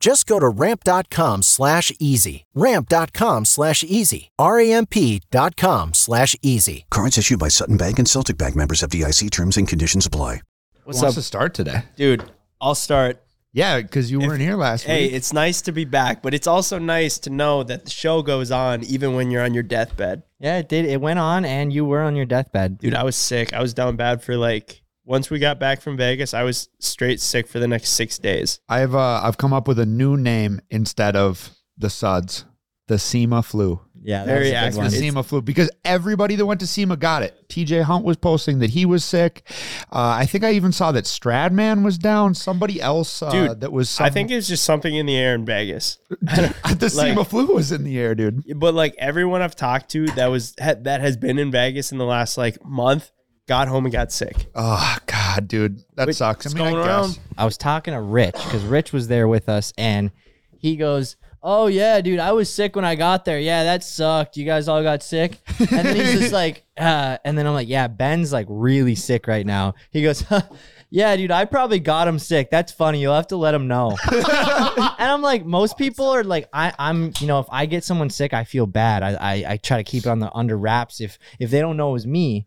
Just go to ramp.com slash easy. Ramp.com slash easy. R-A-M-P dot com slash easy. Cards issued by Sutton Bank and Celtic Bank members of DIC terms and conditions apply. What's wants to start today? Dude, I'll start. Yeah, because you weren't here last Hey, week. it's nice to be back, but it's also nice to know that the show goes on even when you're on your deathbed. Yeah, it did. It went on, and you were on your deathbed. Dude, I was sick. I was down bad for like once we got back from Vegas, I was straight sick for the next six days. I've uh, I've come up with a new name instead of the Suds, the SEMA flu. Yeah, that Very was a good active. one. The SEMA flu because everybody that went to SEMA got it. TJ Hunt was posting that he was sick. Uh, I think I even saw that Stradman was down. Somebody else, uh, Dude, that was. I think it's just something in the air in Vegas. the like- SEMA flu was in the air, dude. But like everyone I've talked to that was ha- that has been in Vegas in the last like month got home and got sick. Oh God, dude, that Wait, sucks. I it's mean, I going around. guess. I was talking to Rich because Rich was there with us, and he goes, "Oh yeah, dude, I was sick when I got there. Yeah, that sucked. You guys all got sick." And then he's just like, uh, and then I'm like, "Yeah, Ben's like really sick right now." He goes, huh, "Yeah, dude, I probably got him sick. That's funny. You'll have to let him know." and I'm like, most people are like, I, I'm, you know, if I get someone sick, I feel bad. I, I, I try to keep it on the under wraps. If if they don't know it was me.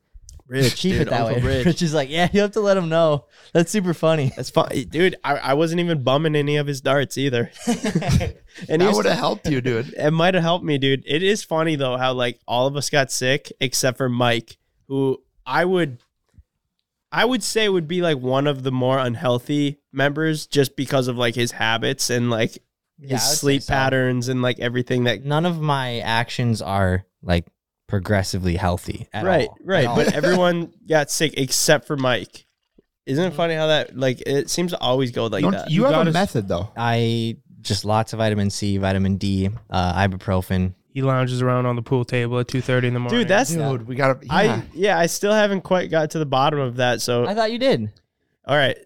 Rich, keep dude, it that way. Uncle Rich. Rich. is like, yeah, you have to let him know. That's super funny. That's fine, dude. I, I wasn't even bumming any of his darts either. and he That was would have helped you, dude. it might have helped me, dude. It is funny though how like all of us got sick except for Mike, who I would I would say would be like one of the more unhealthy members just because of like his habits and like his Yeah, I would say sleep so. patterns and like everything that none of my actions are like progressively healthy at right, all. right. At all. But everyone got sick except for Mike. Isn't Mm-hmm. it funny how that like it seems to always go like Don't- that? you have a gotta- method though. I just lots of vitamin C, vitamin D, uh, ibuprofen. He lounges around on the pool table at two thirty in the morning. Dude, that's Dude, we got to. I yeah, I still haven't quite got to the bottom of that. So I thought you did. all right.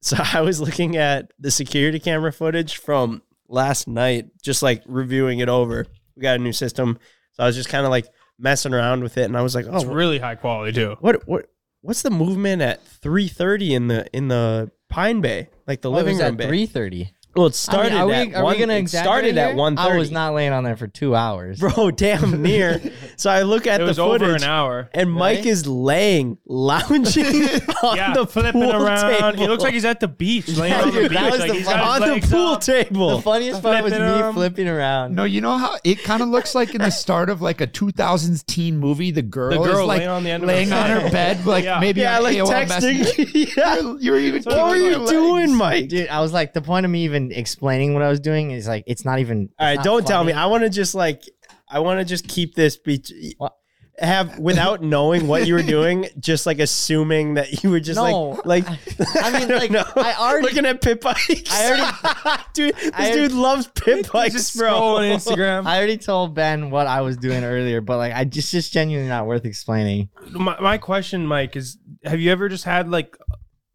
So I was looking at the security camera footage from last night, just like reviewing it over. We got a new system. So I was just kind of like messing around with it and I was like, it's "Oh, really high quality too. what what what's the movement at 3:30 in the in the Pine Bay, like the living room bay?" three thirty. Well, it started are we, at are one, we gonna it started exaggerate at here? 1:30. I was not laying on there for two hours. bro, damn near. so I look at It the was footage over an hour. and Mike is laying, lounging on Yeah, the flipping pool around. He table. looks like he's at the beach, laying on the dude, beach. that was like the he's fun- got on his the legs pool up. table. The funniest part was me Flipping around. flipping around. No, you know how it kind of looks like in the start of like a 2000s teen movie, the girl, The girl is like laying on the end of laying her on her bed, like Yeah. maybe yeah, on like AOL Messenger. texting. yeah. You're, you're even. What were kicking you your doing, legs. Mike? Dude, I was like, the point of me even explaining what I was doing is like, it's not even. All right, it's not don't tell me. funny. I want to just like, I want to just keep this be- What? have without knowing what you were doing, just like assuming that you were just No. like, like I mean, don't like, know. I already- looking at pit bikes. I dude, this I- dude loves pit bikes, Just bro. scrolling Instagram. I already told Ben what I was doing earlier, but like, I just, just genuinely not worth explaining. my, my question, Mike, is have you ever just had like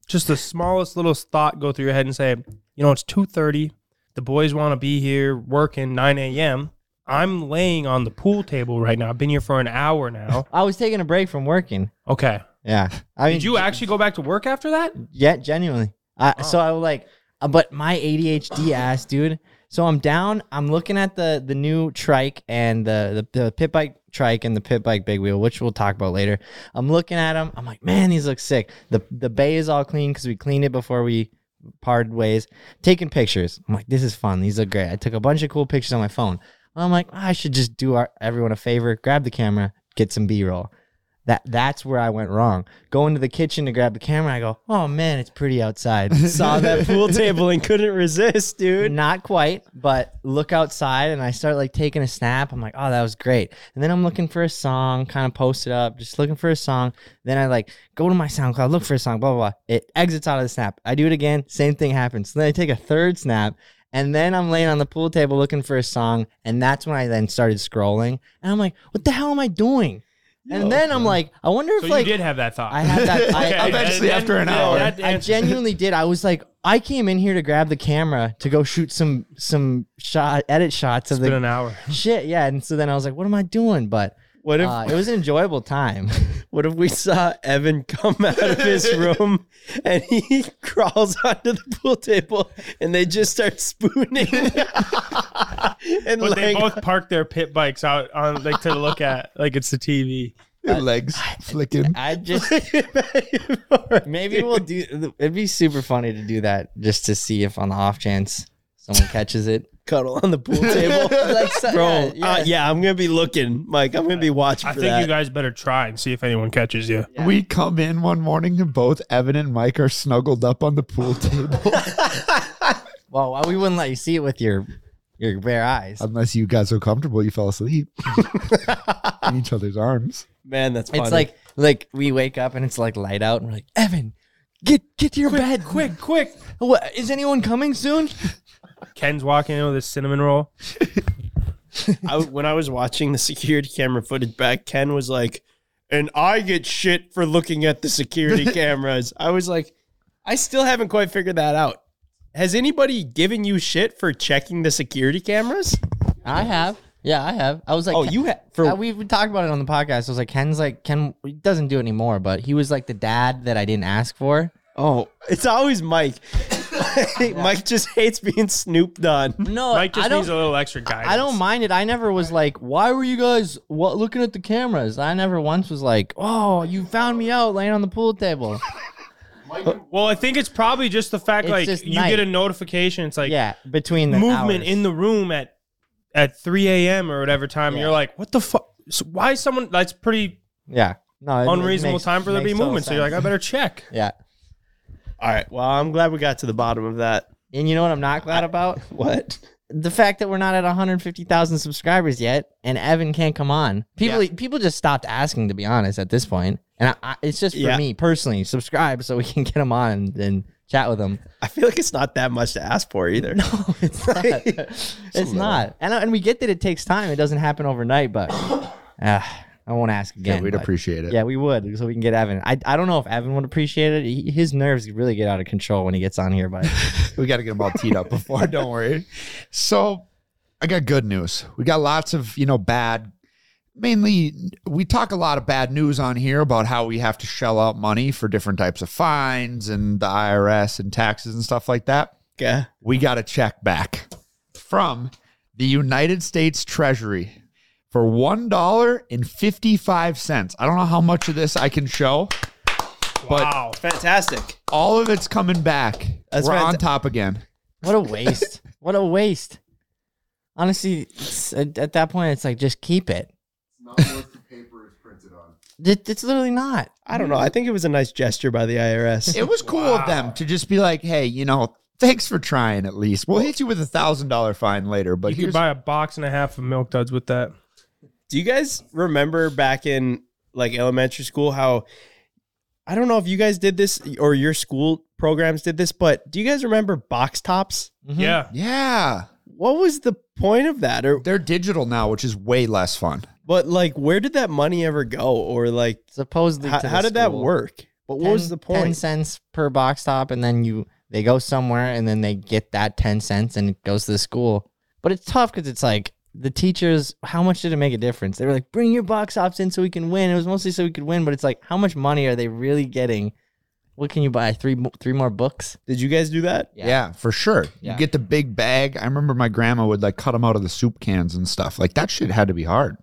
just the smallest little thought go through your head and say, you know, it's two thirty, the boys want to be here working nine a.m. I'm laying on the pool table right now. I've been here for an hour now. I was taking a break from working. Okay. Yeah. I mean, Did you actually go back to work after that? Yeah, genuinely. I So I was like, uh, but my ADHD ass, dude. So I'm down. I'm looking at the the new trike and the, the the pit bike trike and the pit bike big wheel, which we'll talk about later. I'm looking at them. I'm like, man, these look sick. The the bay is all clean because we cleaned it before we parted ways. Taking pictures. I'm like, this is fun. These look great. I took a bunch of cool pictures on my phone. I'm like, I should just do our, everyone a favor, grab the camera, get some B roll. That that's where I went wrong. Going to the kitchen to grab the camera, I go, oh man, it's pretty outside. Saw that pool table and couldn't resist, dude. Not quite, but look outside and I start like taking a snap. I'm like, oh, that was great. And then I'm looking for a song, kind of post it up, just looking for a song. Then I like go to my SoundCloud, look for a song, blah, blah, blah. It exits out of the snap. I do it again. Same thing happens. Then I take a third snap and then I'm laying on the pool table looking for a song. And that's when I then started scrolling. And I'm like, what the hell am I doing? And then I'm like, I wonder if So like you did have that thought. I had that. I, Okay, Eventually, and- after an yeah, hour. that I answers- genuinely did. I was like, I came in here to grab the camera to go shoot some some shot edit shots of It's been the an hour. shit. Yeah, and so then I was like, what am I doing? But What if uh, it was an enjoyable time. What if we saw Evan come out of his room and he crawls onto the pool table and they just start spooning? and But they like, both parked their pit bikes out on like to look at like it's the TV. Your legs flicking. I just maybe we'll do. It'd be super funny to do that just to see if on the off chance someone catches it. uh, cuddle on the pool table. Like, so- Bro, yeah, yeah, yeah. I'm going to be looking, Mike. I'm going to be watching I for think that. you guys better try and see if anyone catches you. We come in one morning and both Evan and Mike are snuggled up on the pool table, Well, we wouldn't let you see it with your your bare eyes. unless you got so comfortable you fell asleep in each other's arms. Man, that's funny. It's like like we wake up and it's like light out and we're like, Evan, get get to your bed quick, quick. What is anyone coming soon? Ken's walking in with his cinnamon roll. I, when I was watching the security camera footage back, Ken was like, and I get shit for looking at the security cameras. I was like, I still haven't quite figured that out. Has anybody given you shit for checking the security cameras? I have. Yeah, I have. I was like, Oh, you ha- for- Uh, we, we talked about it on the podcast. I was like, Ken's like Ken he doesn't do it anymore, but he was like the dad that I didn't ask for. Oh, it's always Mike. Mike just hates being snooped on. No, Mike I just don't. needs a little extra guidance. I don't mind it. I never was like, why were you guys what, looking at the cameras? I never once was like, oh, you found me out laying on the pool table. Well, I think it's probably just the fact It's like just you night. get a notification. It's like yeah, between the movement hours. in the room at at 3 a.m. or whatever time. Yeah. You're like, what the fuck? why is someone? That's pretty yeah, no it- it unreasonable makes- time for there to be makes total movement. So you're like, I sense. better check. yeah. All right. Well, I'm glad we got to the bottom of that. And you know what I'm not glad about? What? The fact that we're not at 150,000 subscribers yet, and Evan can't come on. People, people just stopped asking, to be honest, at this point. And I, I, it's just for Yeah. me personally, subscribe so we can get him on and, and chat with them. I feel like it's not that much to ask for either. No, it's not. it's not. And, and we get that it takes time. It doesn't happen overnight, but uh, I won't ask again. Yeah, we'd but- appreciate it. Yeah, we would, so we can get Evan. I, I don't know if Evan would appreciate it. He, his nerves really get out of control when he gets on here, but we got to get them all teed up before. Don't worry. So I got good news. We got lots of you know bad. Mainly, we talk a lot of bad news on here about how we have to shell out money for different types of fines and the IRS and taxes and stuff like that. Okay. we got a check back from the United States Treasury for $1.55. I don't know how much of this I can show. But Wow. Fantastic. all of it's coming back. That's We're right. on top again. what a waste. what a waste. Honestly, it's, at, at that point, it's like, just keep it. It's not worth the paper it's printed on. it's literally not. I don't know. I think it was a nice gesture by the IRS. It was cool of them to just be like, hey, you know, thanks for trying at least. We'll hit you with a thousand dollar fine later, but you here's could buy a box and a half of milk duds with that. Do you guys remember back in like elementary school how I don't know if you guys did this or your school programs did this, but do you guys remember box tops? Mm-hmm. Yeah. Yeah. What was the point of that? Or They're digital now, which is way less fun. but like where did that money ever go? Or like Supposedly, how, to the how did that school. work? But what was 10 the 10 point? cents per box top, and then you they go somewhere and then they get that 10 cents and it goes to the school. But it's tough because it's like the teachers, how much did it make a difference? They were like, bring your box tops in so we can win. It was mostly so we could win, but it's like, how much money are they really getting? What can you buy? Three, mo- three more books? Did you guys do that? Yeah, for sure. Yeah. You get the big bag. I remember my grandma would like cut them out of the soup cans and stuff. Like that shit had to be hard.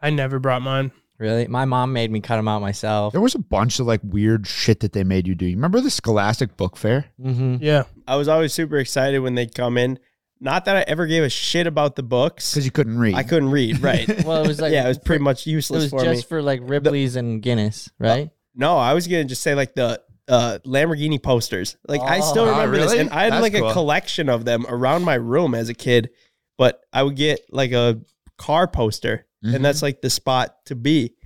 I never brought mine. Really? My mom made me cut them out myself. There was a bunch of like weird shit that they made you do. You remember the Scholastic Book Fair? Mm-hmm. Yeah. I was always super excited when they'd come in. Not that I ever gave a shit about the books. Because you couldn't read. I couldn't read, right? Well, it was like, yeah, it was pretty much it useless was for just me. for like Ripley's and Guinness, right? No, I was gonna just say like the uh, Lamborghini posters. Like I still Oh, remember this, really? and I had That's like cool. a collection of them around my room as a kid. But I would get like a car poster, Mm-hmm. and that's like the spot to be.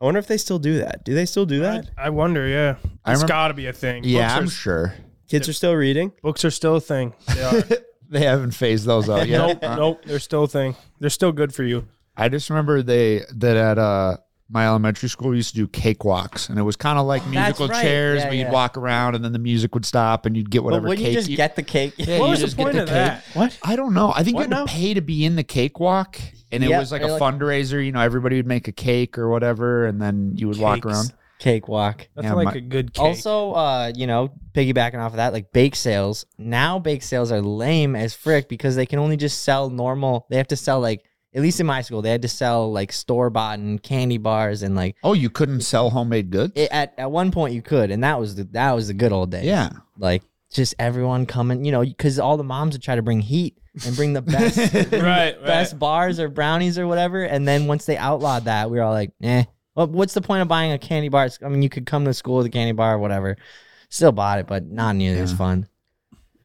I wonder if they still do that. Do they still do I, that? I wonder. Yeah. I it's remember- got to be a thing. yeah, I'm Books are, sure. Kids are still reading. books are still a thing. They are. They haven't phased those out yet. Nope. nope. They're still a thing. They're still good for you. I just remember they that at uh my elementary school we used to do cakewalks and it was kind of like musical right. chairs Yeah, where you'd yeah. walk around and then the music would stop and you'd get But whatever wouldn't cake you just get the cake? Yeah, What you was the just get point the of cake. that? What? I don't know. I think What you had now? to pay to be in the cakewalk and it Yeah, was like a they're like- fundraiser, you know, everybody would make a cake or whatever and then you would walk Cakes. around. Cake walk. That's Yeah, like my- a good cake. Also, uh, you know, piggybacking off of that, like bake sales. Now bake sales are lame as frick because they can only just sell normal. They have to sell like at least in my school, they had to sell like store bought and candy bars and like Oh, you couldn't sell homemade goods? it, at at one point you could, and that was the that was the good old days. yeah. like just everyone coming, you know, because all the moms would try to bring heat and bring the best right. right. best bars or brownies or whatever. And then once they outlawed that, we were all like, eh. Well, what's the point of buying a candy bar? It's- I mean, you could come to school with a candy bar or whatever. Still bought it, but not nearly as fun.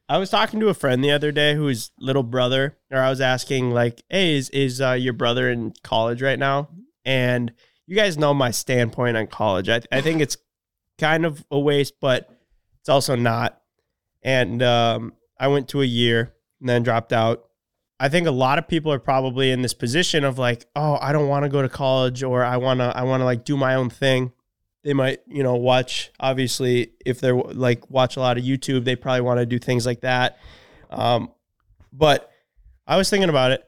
I was talking to a friend the other day whose little brother, or I was asking like, "Hey, is is uh, your brother in college right now?" And you guys know my standpoint on college. I I think it's kind of a waste, but it's also not. And um, I went to a year and then dropped out. I think a lot of people are probably in this position of like, "Oh, I don't want to go to college," or "I wanna I wanna like do my own thing." they might you know watch obviously if they're like watch a lot of youtube they probably want to do things like that um, but i was thinking about it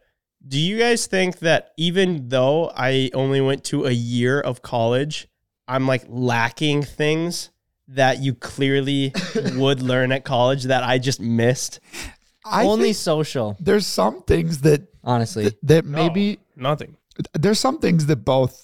do you guys think that even though i only went to a year of college i'm like lacking things that you clearly would learn at college that i just missed I Only think social, there's some things that honestly. that No, maybe nothing. there's some things that both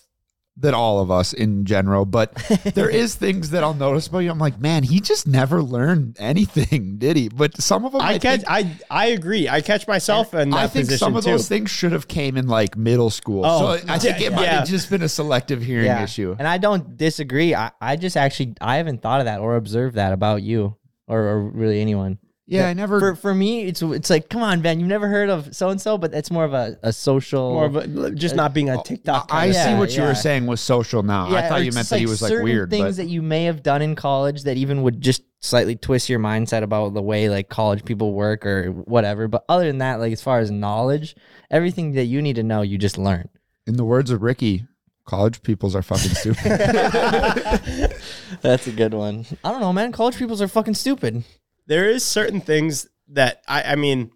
that all of us in general, but there is things that I'll notice about you. I'm like, man, he just never learned anything, did he? But some of them, i catch think, i i agree i catch myself in that I think position some of too those things should have came in like middle school. Oh, so I think it yeah, might yeah. have just been a selective hearing Yeah. issue. And I don't disagree. I, I just actually I haven't thought of that or observed that about you or, or really anyone. Yeah, I never. For, for me, it's it's like, come on, Ben, you've never heard of so and so, but it's more of a, a social. More of a, just not being Oh, on TikTok. I kind of- see Yeah, what you yeah. were saying was social now. I Yeah, thought or you meant just, that he was like certain weird. Things But that you may have done in college that even would just slightly twist your mindset about the way like college people work or whatever. But other than that, like as far as knowledge, everything that you need to know, you just learn. in the words of Ricky, college peoples are fucking stupid. That's a good one. I don't know, man. College peoples are fucking stupid. there is certain things that I, I mean,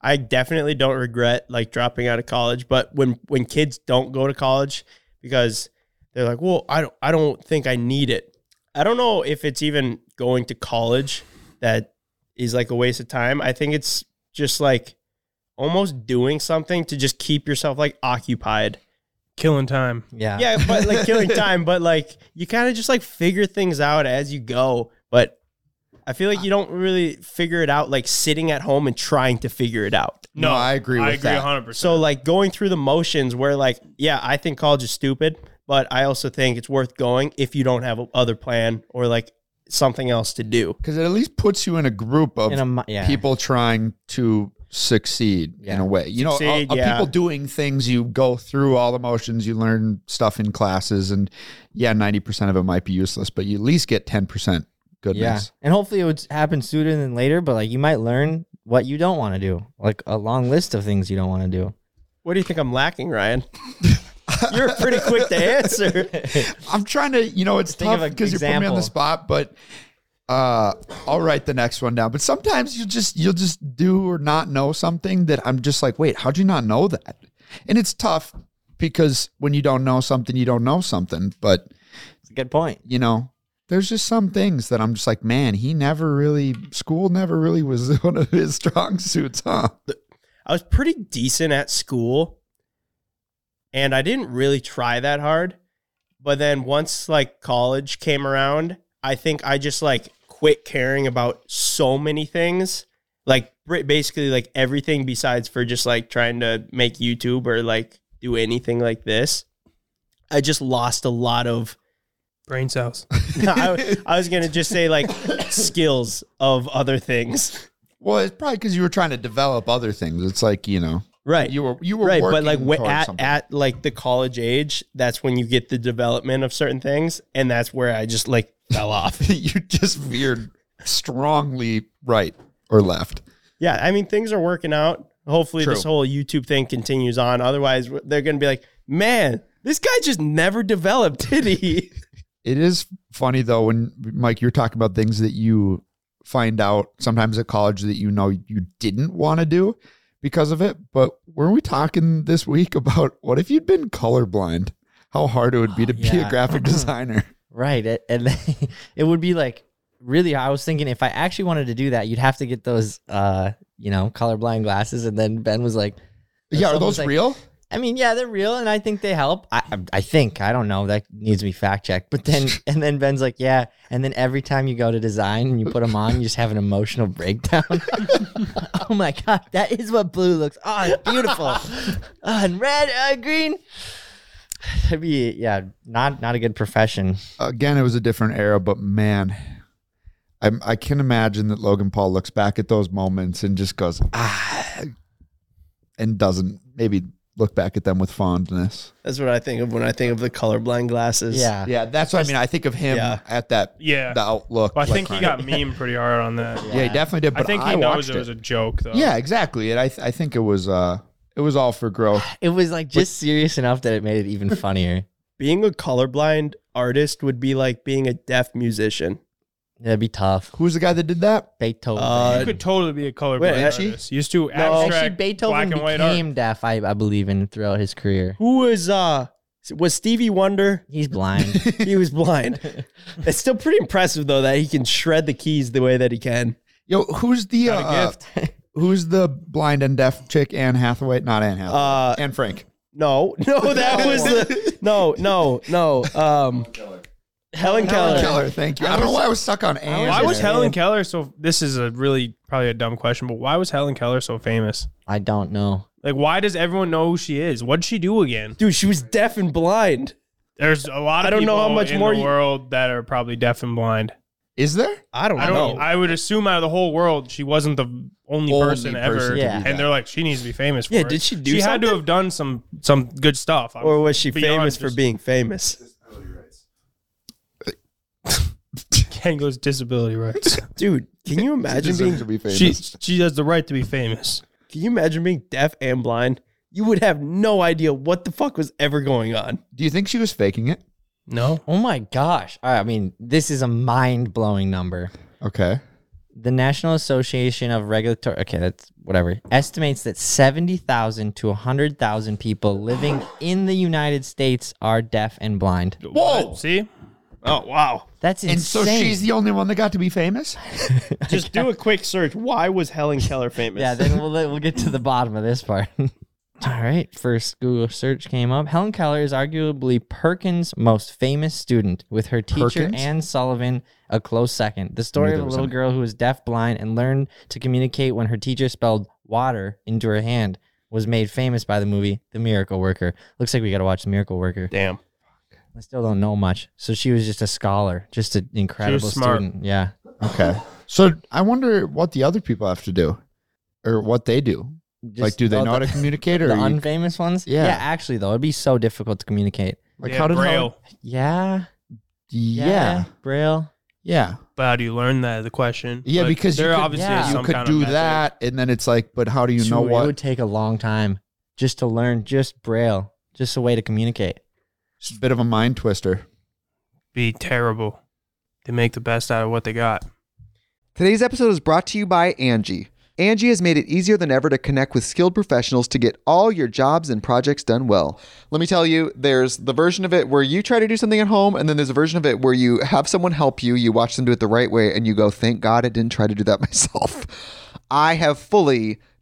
I definitely don't regret like dropping out of college. But when when kids don't go to college because they're like, well, I don't, I don't think I need it. I don't know if it's even going to college that is like a waste of time. I think it's just like almost doing something to just keep yourself like occupied. Killing time. uh. Yeah. Yeah, but like killing time, but like you kind of just like figure things out as you go. But I feel like you don't really figure it out like sitting at home and trying to figure it out. No, I agree I with agree that. 100%. So like going through the motions where like, yeah, I think college is stupid, but I also think it's worth going if you don't have a other plan or like something else to do. Because it at least puts you in a group of In a mi- yeah. people trying to succeed in Yeah. a way. You know, of- Succeed, of yeah. people doing things, you go through all the motions, you learn stuff in classes, and yeah, 90% of it might be useless, but you at least get 10% Yeah. goodness. And hopefully it would happen sooner than later, but like you might learn what you don't want to do, like a long list of things you don't want to do. What do you think I'm lacking, Ryan? You're pretty quick to answer. I'm trying to, you know, it's Think of tough an because you put me on example. the spot, but uh, I'll write the next one down. But sometimes you just you'll just do or not know something that I'm just like, wait, how'd you not know that? And it's tough because when you don't know something, you don't know something. But It's a good point. you know, there's just some things that I'm just like, man, he never really school never really was one of his strong suits, huh? I was pretty decent at school and I didn't really try that hard. But then once like college came around, I think I just like quit caring about so many things. Like br- basically like everything besides for just like trying to make YouTube or like do anything like this. I just lost a lot of Brain cells. I, I was going to just say like skills of other things. Well, it's probably because you were trying to develop other things. It's like you know, Right. you were you were right but like working wh- towards at, something. at like the college age that's when you get the development of certain things and that's where i just like fell off you just veered strongly right or left. yeah i mean things are working out hopefully True. this whole youtube thing continues on otherwise w- they're gonna be like man this guy just never developed did he It is funny though when Mike, you're talking about things that you find out sometimes at college that you know you didn't want to do because of it. But weren't we talking this week about what if you'd been colorblind? How hard it would be to be a Oh, yeah. graphic designer. Right. It, and then- it would be like really I was thinking if I actually wanted to do that, you'd have to get those uh, you know, colorblind glasses and then Ben was like yeah, are someone's those like- real? I mean, yeah, they're real, and I think they help. I, I- I think I don't know. That needs to be fact checked. But then, and then Ben's like, yeah. And then every time you go to design and you put them on, you just have an emotional breakdown. oh my god, that is what blue looks. Oh, it's beautiful. oh, and red, uh, green. That'd be yeah, not not a good profession. Again, it was a different era, but man, I'm, I can imagine that Logan Paul looks back at those moments and just goes, ah, and doesn't maybe look back at them with fondness. that's what i think of when i think of the colorblind glasses Yeah, Yeah, that's what I mean. I think of him Yeah. at that Yeah. the outlook. Well, I like, think he right? got meme pretty hard on that. Yeah, he definitely did. But I think he knows watched it was a it. joke, though. yeah, exactly. And I th- I think it was uh it was all for growth. it was like just serious enough that it made it even funnier. being a colorblind artist would be like being a deaf musician That'd be tough. Who's the guy that did that? Beethoven. Uh, You could totally be a colorblind Wait, artist. actually- Used to abstract Actually, black Beethoven and white art. became deaf, I, I believe, in throughout his career. who was uh was stevie wonder He's blind. he was blind it's still pretty impressive though that he can shred the keys the way that he can Yo, who's the Got a uh, who's the blind and deaf chick? Anne Hathaway, not Anne Hathaway. Uh, Anne Frank. No, no, that was the no, no, no. Um, Helen Keller. Helen Keller. Thank you. I, don't know why I was stuck on Anne. Why was there. Helen Keller so? This is a really probably a dumb question, but why was Helen Keller so famous? I don't know. Like, why does everyone know who she is? What'd she do again? Dude, she was deaf and blind. There's a lot of I don't know people how much in more the you- world that are probably deaf and blind. Is there? I don't, I don't. know. I would assume out of the whole world, she wasn't the only, Only person, person ever. to do and that. they're like, she needs to be famous. For Yeah, it. did she do She had to something? have done some some good stuff. I'm or was she beyond famous for just- being famous? Ken goes disability rights? Dude, can you imagine Deserves being to be famous. she she has the right to be famous. Can you imagine being deaf and blind? You would have no idea what the fuck was ever going on. Do you think she was faking it? No, Oh my gosh. I mean, this is a mind blowing number. Okay. The National Association of Regulatory, okay, that's whatever, estimates that 70,000 to 100,000 people living in the United States are deaf and blind. Whoa! see. Oh wow! That's insane. And so she's the only one that got to be famous? Just do a quick search. Why was Helen Keller famous? yeah, then we'll, we'll get to the bottom of this part. All right, first Google search came up. Helen Keller is arguably Perkins' most famous student, with her teacher Perkins? Anne Sullivan a close second. The story of a little girl who was deafblind and learned to communicate when her teacher spelled water into her hand was made famous by the movie The Miracle Worker. Looks like we got to watch The Miracle Worker. Damn. I still don't know much. So she was just a scholar, just an incredible smart. student. Yeah. Okay. So I wonder what the other people have to do or what they do. Just like, do they all know the- how to communicate or The you- unfamous ones? Yeah. Yeah, actually though, it'd be so difficult to communicate. like Yeah, how did Braille? Yeah. Yeah. Yeah. Braille. But how do you learn that? The question. Yeah, But because you there could- obviously yeah. is You some could kind of do method. that, and then it's like, but how do you know Dude, It what? would take a long time just to learn just Braille, just a way to communicate. It's a bit of a mind twister. Be terrible. They make the best out of what they got. Today's episode is brought to you by Angie. Angie has made it easier than ever to connect with skilled professionals to get all your jobs and projects done well. Let me tell you, there's the version of it where you try to do something at home, and then there's a version of it where you have someone help you, you watch them do it the right way, and you go, thank God I didn't try to do that myself. I have fully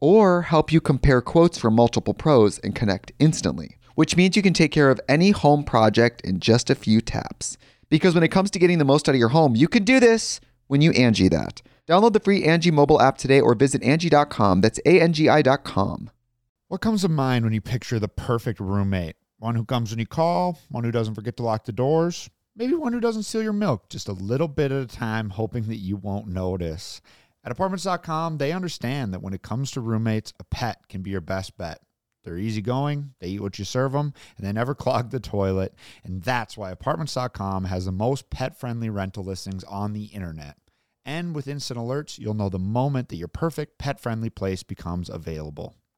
or help you compare quotes from multiple pros and connect instantly, which means you can take care of any home project in just a few taps. Because when it comes to getting the most out of your home, you can do this when you Angie that. Download the free Angie mobile app today or visit Angie.com. That's A-N-G-I dot com. What comes to mind when you picture the perfect roommate? One who comes when you call, one who doesn't forget to lock the doors, maybe one who doesn't steal your milk just a little bit at a time, hoping that you won't notice. At apartments.com, they understand that when it comes to roommates, a pet can be your best bet. They're easygoing, they eat what you serve them, and they never clog the toilet. And that's why apartments.com has the most pet friendly rental listings on the internet. And with instant alerts, you'll know the moment that your perfect pet friendly place becomes available.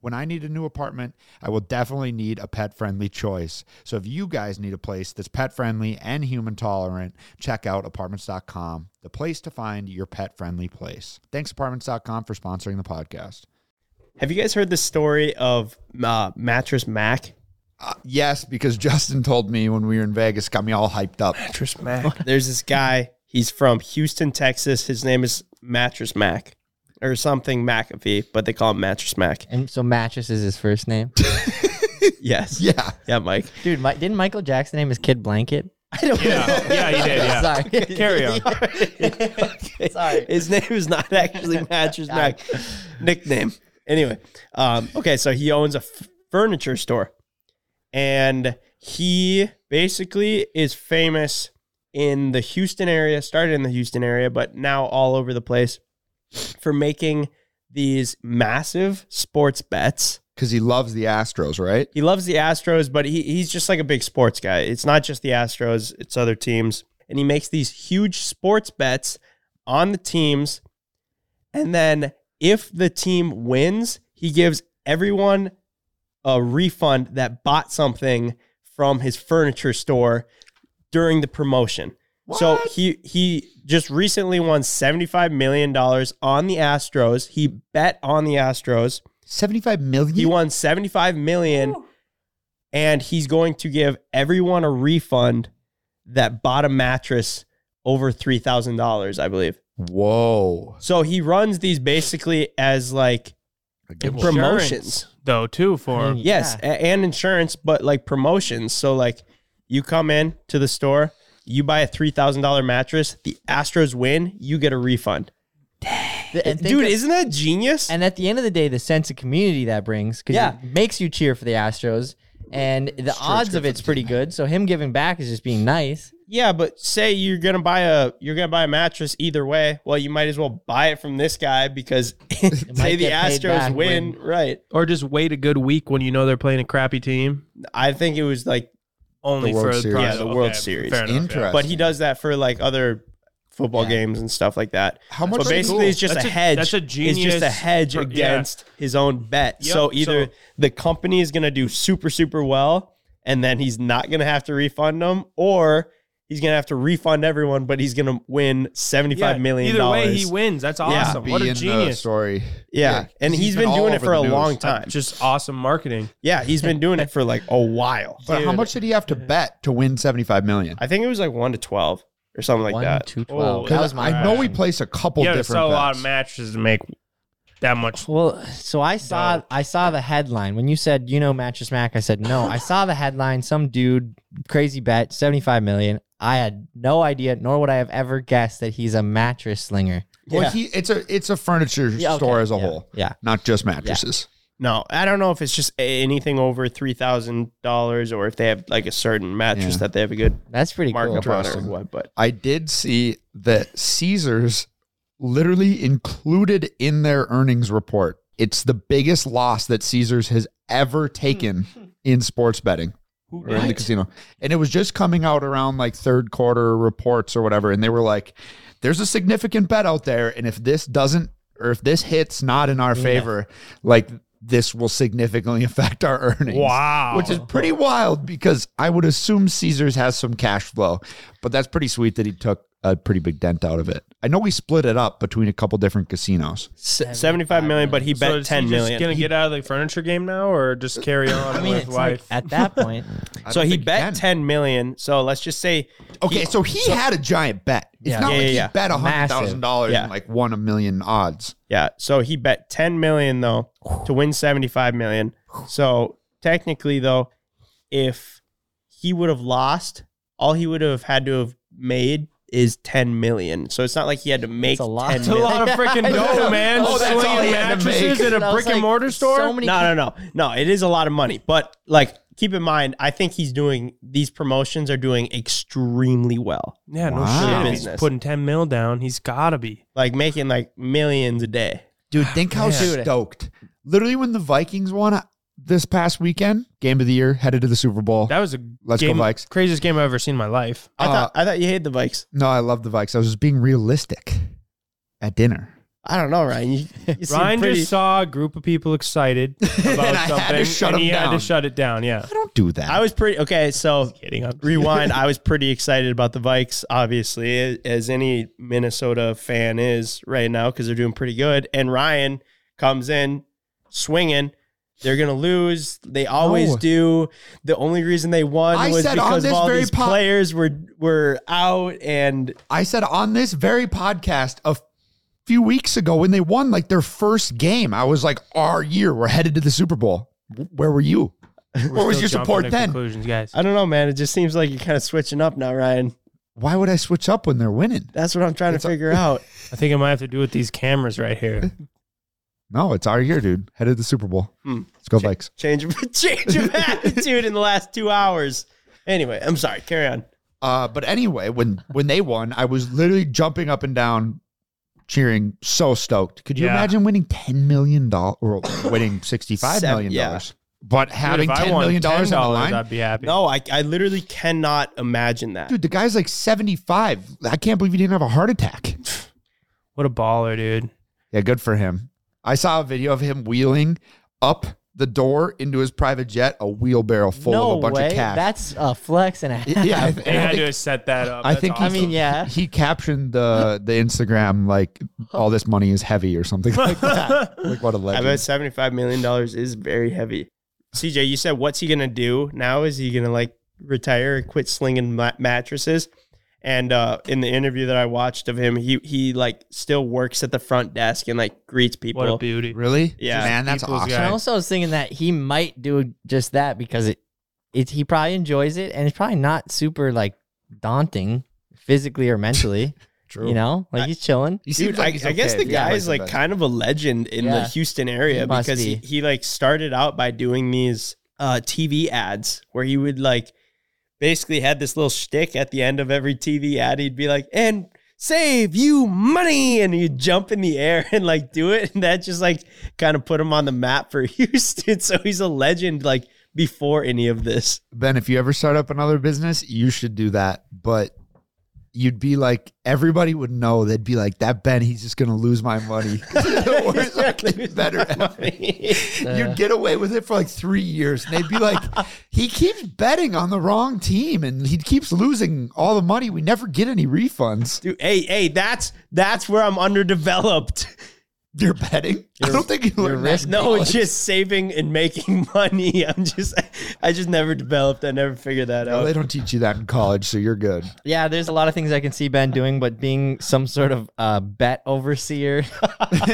When I need a new apartment, I will definitely need a pet friendly choice. So if you guys need a place that's pet friendly and human tolerant, check out apartments.com, the place to find your pet friendly place. Thanks, apartments.com, for sponsoring the podcast. Have you guys heard the story of uh, Mattress Mac? Uh, yes, because Justin told me when we were in Vegas, got me all hyped up. Mattress Mac. There's this guy. He's from Houston, Texas. His name is Mattress Mac or something McAfee, but they call him Mattress Mac. And so Mattress is his first name. Yes. Yeah. Yeah, Mike. Dude, my, didn't Michael Jackson name his kid Blanket? I don't know. yeah, you did. Yeah. Sorry. Carry on. Sorry. His name is not actually Mattress Mac. Nickname. Anyway, um, okay, so he owns a f- furniture store, and he basically is famous in the Houston area, started in the Houston area, but now all over the place for making these massive sports bets. because he loves the Astros, right? He loves the Astros, but he, he's just like a big sports guy. It's not just the Astros, it's other teams. And he makes these huge sports bets on the teams. And then if the team wins, he gives everyone a refund that bought something from his furniture store during the promotion. So he he just recently won $75 million on the Astros. He bet on the Astros. Seventy-five million. He won 75 million and he's going to give everyone a refund that bought a mattress over $3,000, I believe. Whoa! So he runs these basically as like promotions. though too for him. Yes, a- and insurance, but like promotions. So like you come in to the store, you buy a $3,000 mattress, the Astros win, you get a refund. Th- and think Dude, of- isn't that genius? And at the end of the day, the sense of community that brings, because Yeah. it makes you cheer for the Astros, and the odds of it's pretty good. So him giving back is just being nice. Yeah, but say you're gonna buy a you're gonna buy a mattress either way. Well, you might as well buy it from this guy because say the might get paid Astros back win, right? or just wait a good week when you know they're playing a crappy team I think it was like, only The World for Series. prize. Yeah, the World Series. fair enough, yeah. Interesting. but he does that for like other football games and stuff like that. How But much? basically, it's just That's a a- hedge. that's a It's just a genius hedge per- yeah. against his own bet. Yep, so either so- the company is gonna do super super well, and then he's not gonna have to refund them, or he's gonna have to refund everyone, but he's gonna win seventy Yeah, five million Either dollars. way, he wins. That's awesome. be What in a the genius. story. Yeah. and he's been, all doing it over for the a news. long That's time. Just awesome marketing. yeah, he's been doing it for like a while. But how much did he have to bet to win seventy-five million? I think it was like one to twelve or something like One, that. two, twelve. Oh, that was I my. know we place a couple you have to different sell a lot bets. of matches to make that much. Well, so I saw Dope. I saw the headline when you said you know mattress Mac. I said no. I saw the headline. Some dude crazy bet seventy five million. I had no idea, nor would I have ever guessed that he's a mattress slinger. Well, Yeah. he, it's a it's a furniture Yeah, okay, store as a yeah, whole, Yeah. not just mattresses. No, I don't know if it's just a- anything over three thousand dollars or if they have like a certain mattress Yeah. that they have a good That's pretty markup cool. on or what. But I did see that Caesars literally included in their earnings report. It's the biggest loss that Caesars has ever taken in sports betting or in the casino. And it was just coming out around like third quarter reports or whatever. And they were like, there's a significant bet out there. And if this doesn't, or if this hits not in our favor, like this will significantly affect our earnings. Wow. Which is pretty wild because I would assume Caesars has some cash flow, but that's pretty sweet that he took a pretty big dent out of it. I know we split it up between a couple different casinos. seventy five million, but he so bet is ten he million. just gonna get out of the furniture game now, or just carry on I mean, with it's like, life? at that point, I so don't he think bet can. ten million. So let's just say Okay, so he had a giant bet. It's Yeah. not Yeah, like yeah, he yeah. bet a hundred thousand dollars Yeah. and like won a million odds. Yeah. So he bet 10 million though to win 75 million. So technically though, if he would have lost, all he would have had to have made is 10 million. So it's not like he had to make a lot. 10 It's a million. lot of freaking dough, man. Oh, that's all Slinging he had to mattresses make. in a I was brick and like, mortar store. So many No, no, no. No, it is a lot of money. But like keep in mind, I think he's doing these promotions are doing extremely well. yeah, no Wow. shit. If Business. He's putting ten mil down. He's gotta be. Like making like millions a day. Dude, think how Dude. stoked. Literally when the Vikings won uh, this past weekend, game of the year, headed to the Super Bowl. That was a Let's go game, Vikes. craziest game I've ever seen in my life. I thought I thought you hate the bikes. No, I love the Vikes. I was just being realistic at dinner. I don't know, Ryan. You, you seem Ryan pretty- just saw a group of people excited about And I had to something, shut and 'em he had down. to shut it down. Yeah, I don't do that. I was pretty okay, so kidding. I'm- rewind. I was pretty excited about the Vikes, obviously, as any Minnesota fan is right now because they're doing pretty good. And Ryan comes in swinging. They're gonna lose. They always No. do. The only reason they won I was said on because this of all very these po- players were were out, and I said on this very podcast a few weeks ago when they won like their first game, I was like, our year, we're headed to the Super Bowl. Where were you? Where was still your jumping support to then? Conclusions, guys. I don't know, man. It just seems like you're kind of switching up now, Ryan. Why would I switch up when they're winning? That's what I'm trying to figure out. I think I might have to do with these cameras right here. No, it's our year, dude. Headed to the Super Bowl. Let's go, Vikes. Change of change of attitude in the last two hours. Anyway, I'm sorry. Carry on. Uh, but anyway, when when they won, I was literally jumping up and down, cheering, so stoked. Could you Yeah. imagine winning ten million dollars or winning sixty five Seven- million yeah. dollars? But having Dude, if I ten won million dollars on the $10, line, I'd be happy. No, I, I literally cannot imagine that. dude, the guy's like seventy five. I can't believe he didn't have a heart attack. What a baller, dude. Yeah, good for him. I saw a video of him wheeling up the door into his private jet, a wheelbarrow full no of a bunch way. of cash. That's a flex and a half. yeah, I, th- They I had think- to have set that up. I That's think I awesome. mean, yeah. he captioned the the Instagram like all this money is heavy or something like that. like what a I legend. bet $75 million is very heavy. CJ, you said what's he going to do now? Is he going to like retire and quit slinging ma- mattresses? And uh, in the interview that I watched of him, he he like still works at the front desk and like greets people. what a beauty. really? Yeah. man, that's People's awesome. guy. And also, I was thinking that he might do just that because it, it he probably enjoys it and it's probably not super like daunting physically or mentally. True. You know, like I- he's chilling. He seems Dude, like I, he's I guess okay the if he guy plays is like best. kind of a legend in the Yeah. Houston area He must because he, be. he like started out by doing these uh, TV ads where he would like basically had this little shtick at the end of every TV ad. He'd be like, and save you money. And he'd jump in the air and like do it. And that just like kind of put him on the map for Houston. So he's a legend like before any of this. Ben, if you ever start up another business, you should do that. But you'd be like everybody would know. They'd be like that Ben. He's just gonna lose my money. The worst fucking better. You'd get away with it for like three years, and they'd be like, "He keeps betting on the wrong team, and he keeps losing all the money. We never get any refunds." Dude, hey, hey, that's that's where I'm underdeveloped. You're betting? I don't think you learned that. No, it's just saving and making money. I'm just, I just never developed. I never figured that No, they out. don't teach you that in college, so you're good. Yeah, there's a lot of things I can see Ben doing, but being some sort of uh, bet overseer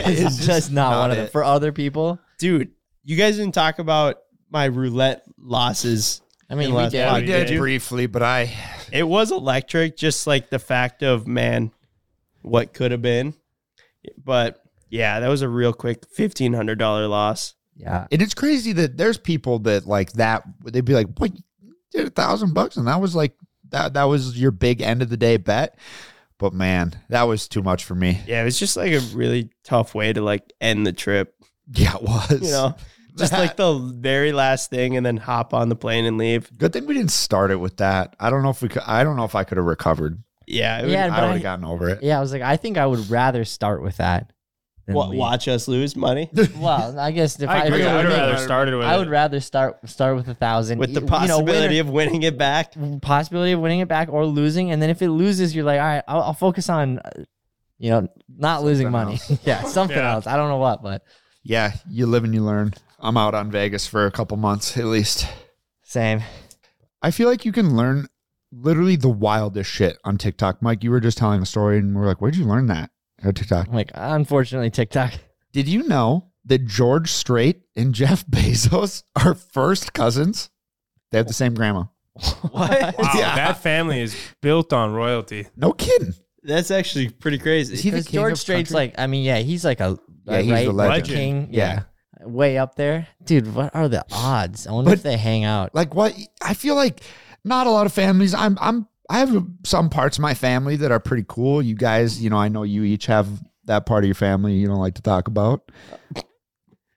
is just, not, one of them it. for other people. Dude, you guys didn't talk about my roulette losses. I mean, in we last did. pod. We did. briefly, but I It was electric, just like the fact of man, what could have been. But yeah, that was a real quick fifteen hundred dollar loss. Yeah, and it's crazy that there's people that like that. They'd be like, "What? You did a thousand bucks, and that was like that. That was your big end of the day bet." But man, that was too much for me. Yeah, it was just like a really tough way to like end the trip. Yeah, it was. You know, just like the very last thing, and then hop on the plane and leave. good thing we didn't start it with that. I don't know if we could. I don't know if I could have recovered. Yeah, it would- Yeah, I but would I- have gotten over it. yeah. I was like, I think I would rather start with that. than wa- leave. watch us lose money. Well, I guess if I I, agree. if I I'd make- rather started with I would it. rather start start with a thousand E, with the You know, winner- possibility of winning it back. possibility of winning it back or losing. And then if it loses, you're like, all right, I'll, I'll focus on, uh, you know, not losing money. yeah, something Yeah. else. I don't know what, but Yeah, you live and you learn. I'm out on Vegas for a couple months at least. same. I feel like you can learn literally the wildest shit on TikTok. Mike, you were just telling a story, and we are like, "Where'd you learn that?" On TikTok. I'm like, unfortunately, TikTok. Did you know that George Strait and Jeff Bezos are first cousins? They have the same grandma. What? Wow, Yeah. that family is built on royalty. No kidding. That's actually pretty Is crazy. he the Because king George of Strait's country? like, I mean, yeah, he's like a, Yeah, a he's the right legend. king. Yeah. Yeah. Way up there. Dude, what are the odds? I wonder But- if they hang out. Like what? I feel like not a lot of families. I'm I'm I have some parts of my family that are pretty cool. You guys, you know, I know you each have that part of your family you don't like to talk about.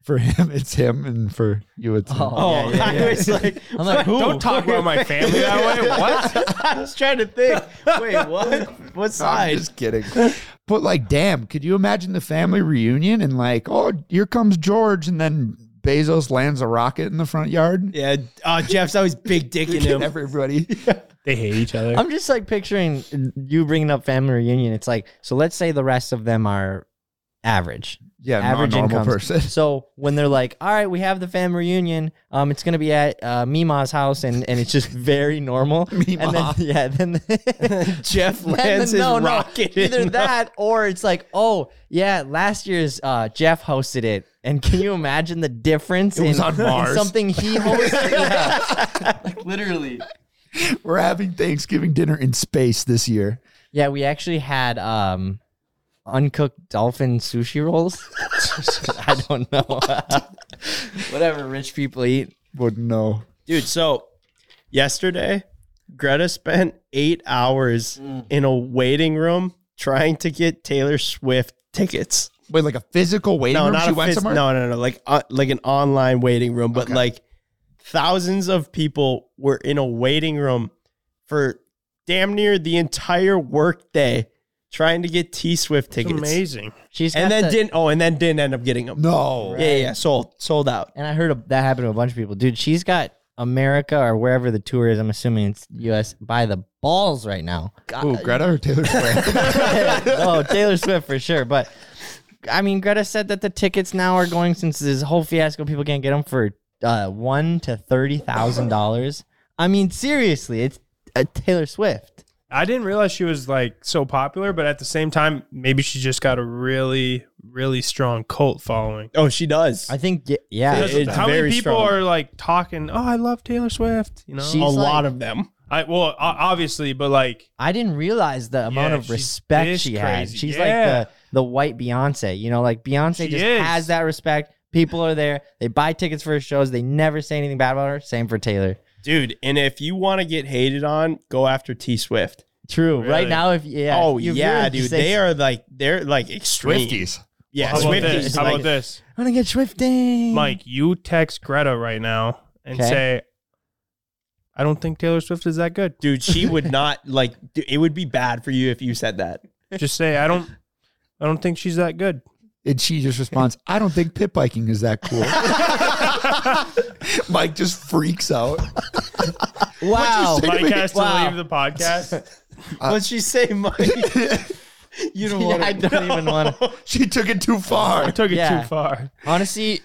For him, it's him, and for you, it's him. Oh, yeah, yeah, yeah. I was like, I'm like, who? Don't talk about my family that way. What? I was trying to think. Wait, what? What No, I'm side? just kidding. but like, damn, could you imagine the family reunion and like, oh, here comes George, and then Bezos lands a rocket in the front yard. yeah, uh, Jeff's always big dicking And him. everybody, They hate each other. I'm just like picturing you bringing up family reunion. It's like, so let's say the rest of them are average. yeah, average average normal incomes. person. So when they're like, "All right, we have the family reunion. Um, it's gonna be at uh, Mima's house, and and it's just very normal. And then, Meemaw. yeah, then Jeff then lands the- his rocket. in Either the- that, or it's like, oh yeah, last year's uh, Jeff hosted it, and can you imagine the difference was in, on in Mars. something he hosted? Yeah. literally. We're having Thanksgiving dinner in space this year. Yeah, we actually had um uncooked dolphin sushi rolls. I don't know. Whatever rich people eat. Wouldn't know. Dude, so yesterday Greta spent eight hours Mm. in a waiting room trying to get Taylor Swift tickets. Wait, like a physical waiting No, room? not she a went phys- somewhere? no, no, no, like uh, like an online waiting room, but Okay. like thousands of people were in a waiting room for damn near the entire workday trying to get T Swift It's tickets. amazing. She's got And then the- didn't oh, and then didn't end up getting them. No. Yeah, yeah, yeah, sold, sold out. And I heard a, that happened to a bunch of people. Dude, she's got America or wherever the tour is. I'm assuming it's U.S. by the balls right now. Ooh, Greta or Taylor Swift? oh, Taylor Swift for sure. But I mean, Greta said that the tickets now are going since this whole fiasco. People can't get them for uh, one to thirty thousand dollars. I mean, seriously, it's uh, Taylor Swift. I didn't realize she was like so popular, but at the same time, maybe she just got a really, really strong cult following. Oh, she does. I think, y- yeah, Because it's how many very people strong. are like talking? Oh, I love Taylor Swift. You know, She's a like- lot of them. I well, o- obviously, but like I didn't realize the amount Yeah, of she's respect bitch she had. crazy. She's Yeah. like the, the white Beyonce, you know, like Beyonce She just is. has that respect. People are there. They buy tickets for her shows. They never say anything bad about her. Same for Taylor. Dude, and if you want to get hated on, go after T Swift. True. Really? Right now, if yeah, oh if you're yeah, to dude, say- they are like they're like extreme. Swifties. Yeah, how about Swifties. this? How like- about this, I'm gonna get Swifting. Mike? You text Greta right now and Okay. say, "I don't think Taylor Swift is that good." dude? She would not like. d- It would be bad for you if you said that. Just say, "I don't, I don't think she's that good." And she just responds, I don't think pit biking is that cool. Mike just freaks out. Wow. Mike has to Wow. leave the podcast. Uh, What'd she say, Mike? you don't Yeah, want. I don't even want to. She took it too far. Took it Yeah. too far. Honestly,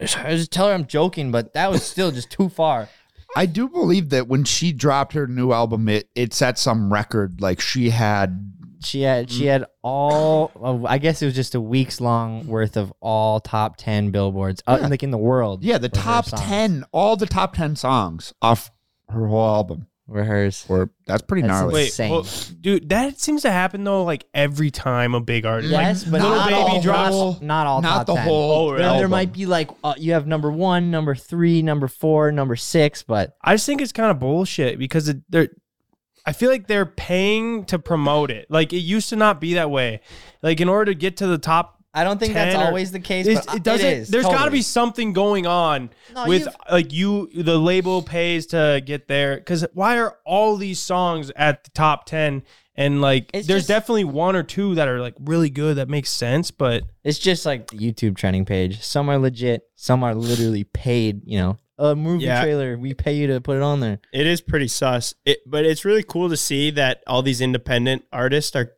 I just tell her I'm joking, but that was still just too far. I do believe that when she dropped her new album, it it set some record. Like she had She had she had all. Of, I guess it was just a weeks long worth of all top ten billboards, uh, like in the world. yeah, the were her top songs. ten, all the top ten songs off her whole album. were hers. Or that's pretty That's gnarly. insane. Wait, well, dude, that seems to happen though. Like every time a big artist, Yes, like, but little not baby all- drops. not- not all Not top the 10. whole. Oh, There- album. There might be like uh, you have number one, number three, number four, number six, but I just think it's kind of bullshit because it, they're. I feel like they're paying to promote it. Like it used to not be that way. Like in order to get to the top, I don't think that's 10 or- always the case. it's- but uh, it doesn't. It is, there's got to totally. be something going on No, with you've- like you. The label pays to get there because why are all these songs at the top ten? And like, It's there's just- definitely one or two that are like really good that makes sense, but It's just like the YouTube trending page. Some are legit. Some are literally paid. You know, a movie Yeah. trailer. We pay you to put it on there. It is pretty sus. It, but it's really cool to see that all these independent artists are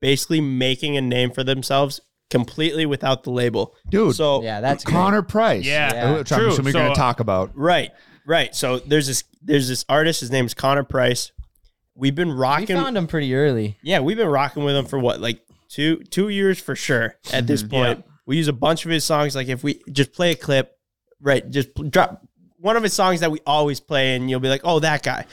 basically making a name for themselves completely without the label. Dude, So Yeah, that's great. Connor Price. Yeah. Which I'm True. assuming we're So, gonna uh, talk about. Right, right. So there's this there's this artist. His name is Connor Price. We've been We rocking. found him pretty early. yeah, we've been rocking with him for what like two two years for sure. At this point, we use a bunch of his songs. Like if we just play a clip, right? Just pl- drop one of his songs that we always play, and you'll be like, oh, that guy.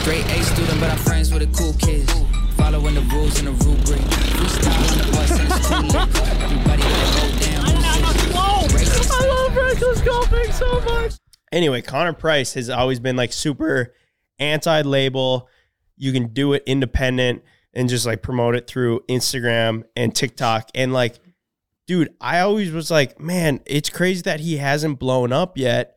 Straight A student, but I'm friends with the cool kids. Following the rules and the rubric. Freestyle on the bus since it's too lit. Everybody gotta go down. I love reckless golfing so much. Anyway, Connor Price has always been like super anti-label. You can do it independent and just like promote it through Instagram and TikTok. And like, dude, I always was like, man, it's crazy that he hasn't blown up yet.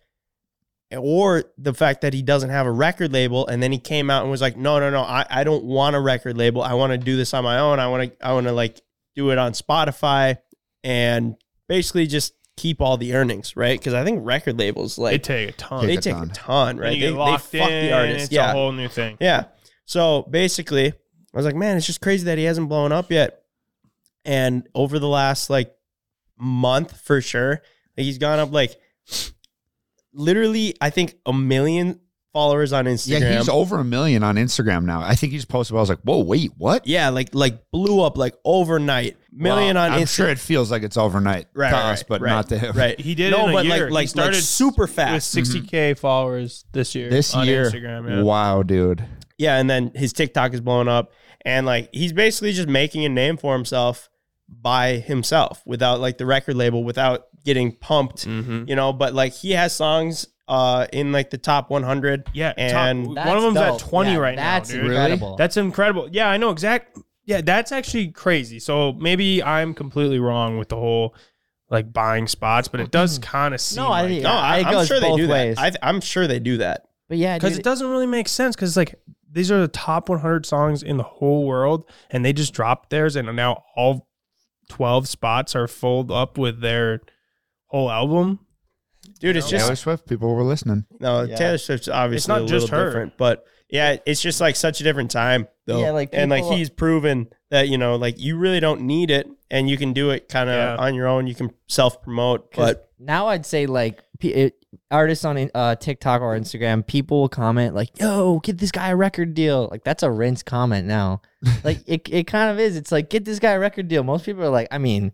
Or the fact that he doesn't have a record label, and then he came out and was like, "No, no, no, I, I don't want a record label. I want to do this on my own. I want to, I want to like do it on Spotify and basically just keep all the earnings, right? Because I think record labels they like take a ton. they a take ton. a ton, right? And you They, get they locked fuck in. the artist, It's yeah, a whole new thing. yeah. So basically, I was like, man, it's just crazy that he hasn't blown up yet. And over the last like month, for sure, like, he's gone up like literally, I think a million followers on Instagram. Yeah, he's over a million on Instagram now. I think he's posted. I was like, whoa, wait, what? Yeah, like like blew up like overnight, million Wow. on I'm Instagram. sure it feels like it's overnight right, to right, us, but right, not to him. Right, He did it No, in a but year. like He like started like super With fast. Mm-hmm. 60k followers this year. This on year, Instagram, yeah. wow, dude. Yeah, and then his TikTok is blowing up, and like he's basically just making a name for himself by Mm-hmm. himself without like the record label, without getting pumped, you know. But like he has songs uh, in like the top 100. Yeah, top- and One of them's at 20 Yeah, right now, That's dude. Really? incredible. That's incredible. Yeah, I know exact. Yeah, that's actually crazy. So maybe I'm completely wrong with the whole like buying spots, but it does kind of seem no, I like think no, I, it I'm goes sure they both do ways. that. I, I'm sure they do that. but yeah, because dude, it doesn't really make sense. Because like these are the top 100 songs in the whole world, and they just dropped theirs, and now all 12 spots are filled up with their whole album. Dude, it's just Taylor Swift, people were listening. No, Yeah. Taylor Swift's obviously It's not a just little her. different, but yeah, it's just like such a different time though. Yeah, like, and like people- he's proven that you know, like you really don't need it, and you can do it kind of Yeah. on your own. You can self promote, 'Cause but now I'd say like p- it, artists on uh, TikTok or Instagram, people will comment like, "Yo, get this guy a record deal." Like that's a rinse comment now. like it, it kind of is. It's like get this guy a record deal. Most people are like, I mean,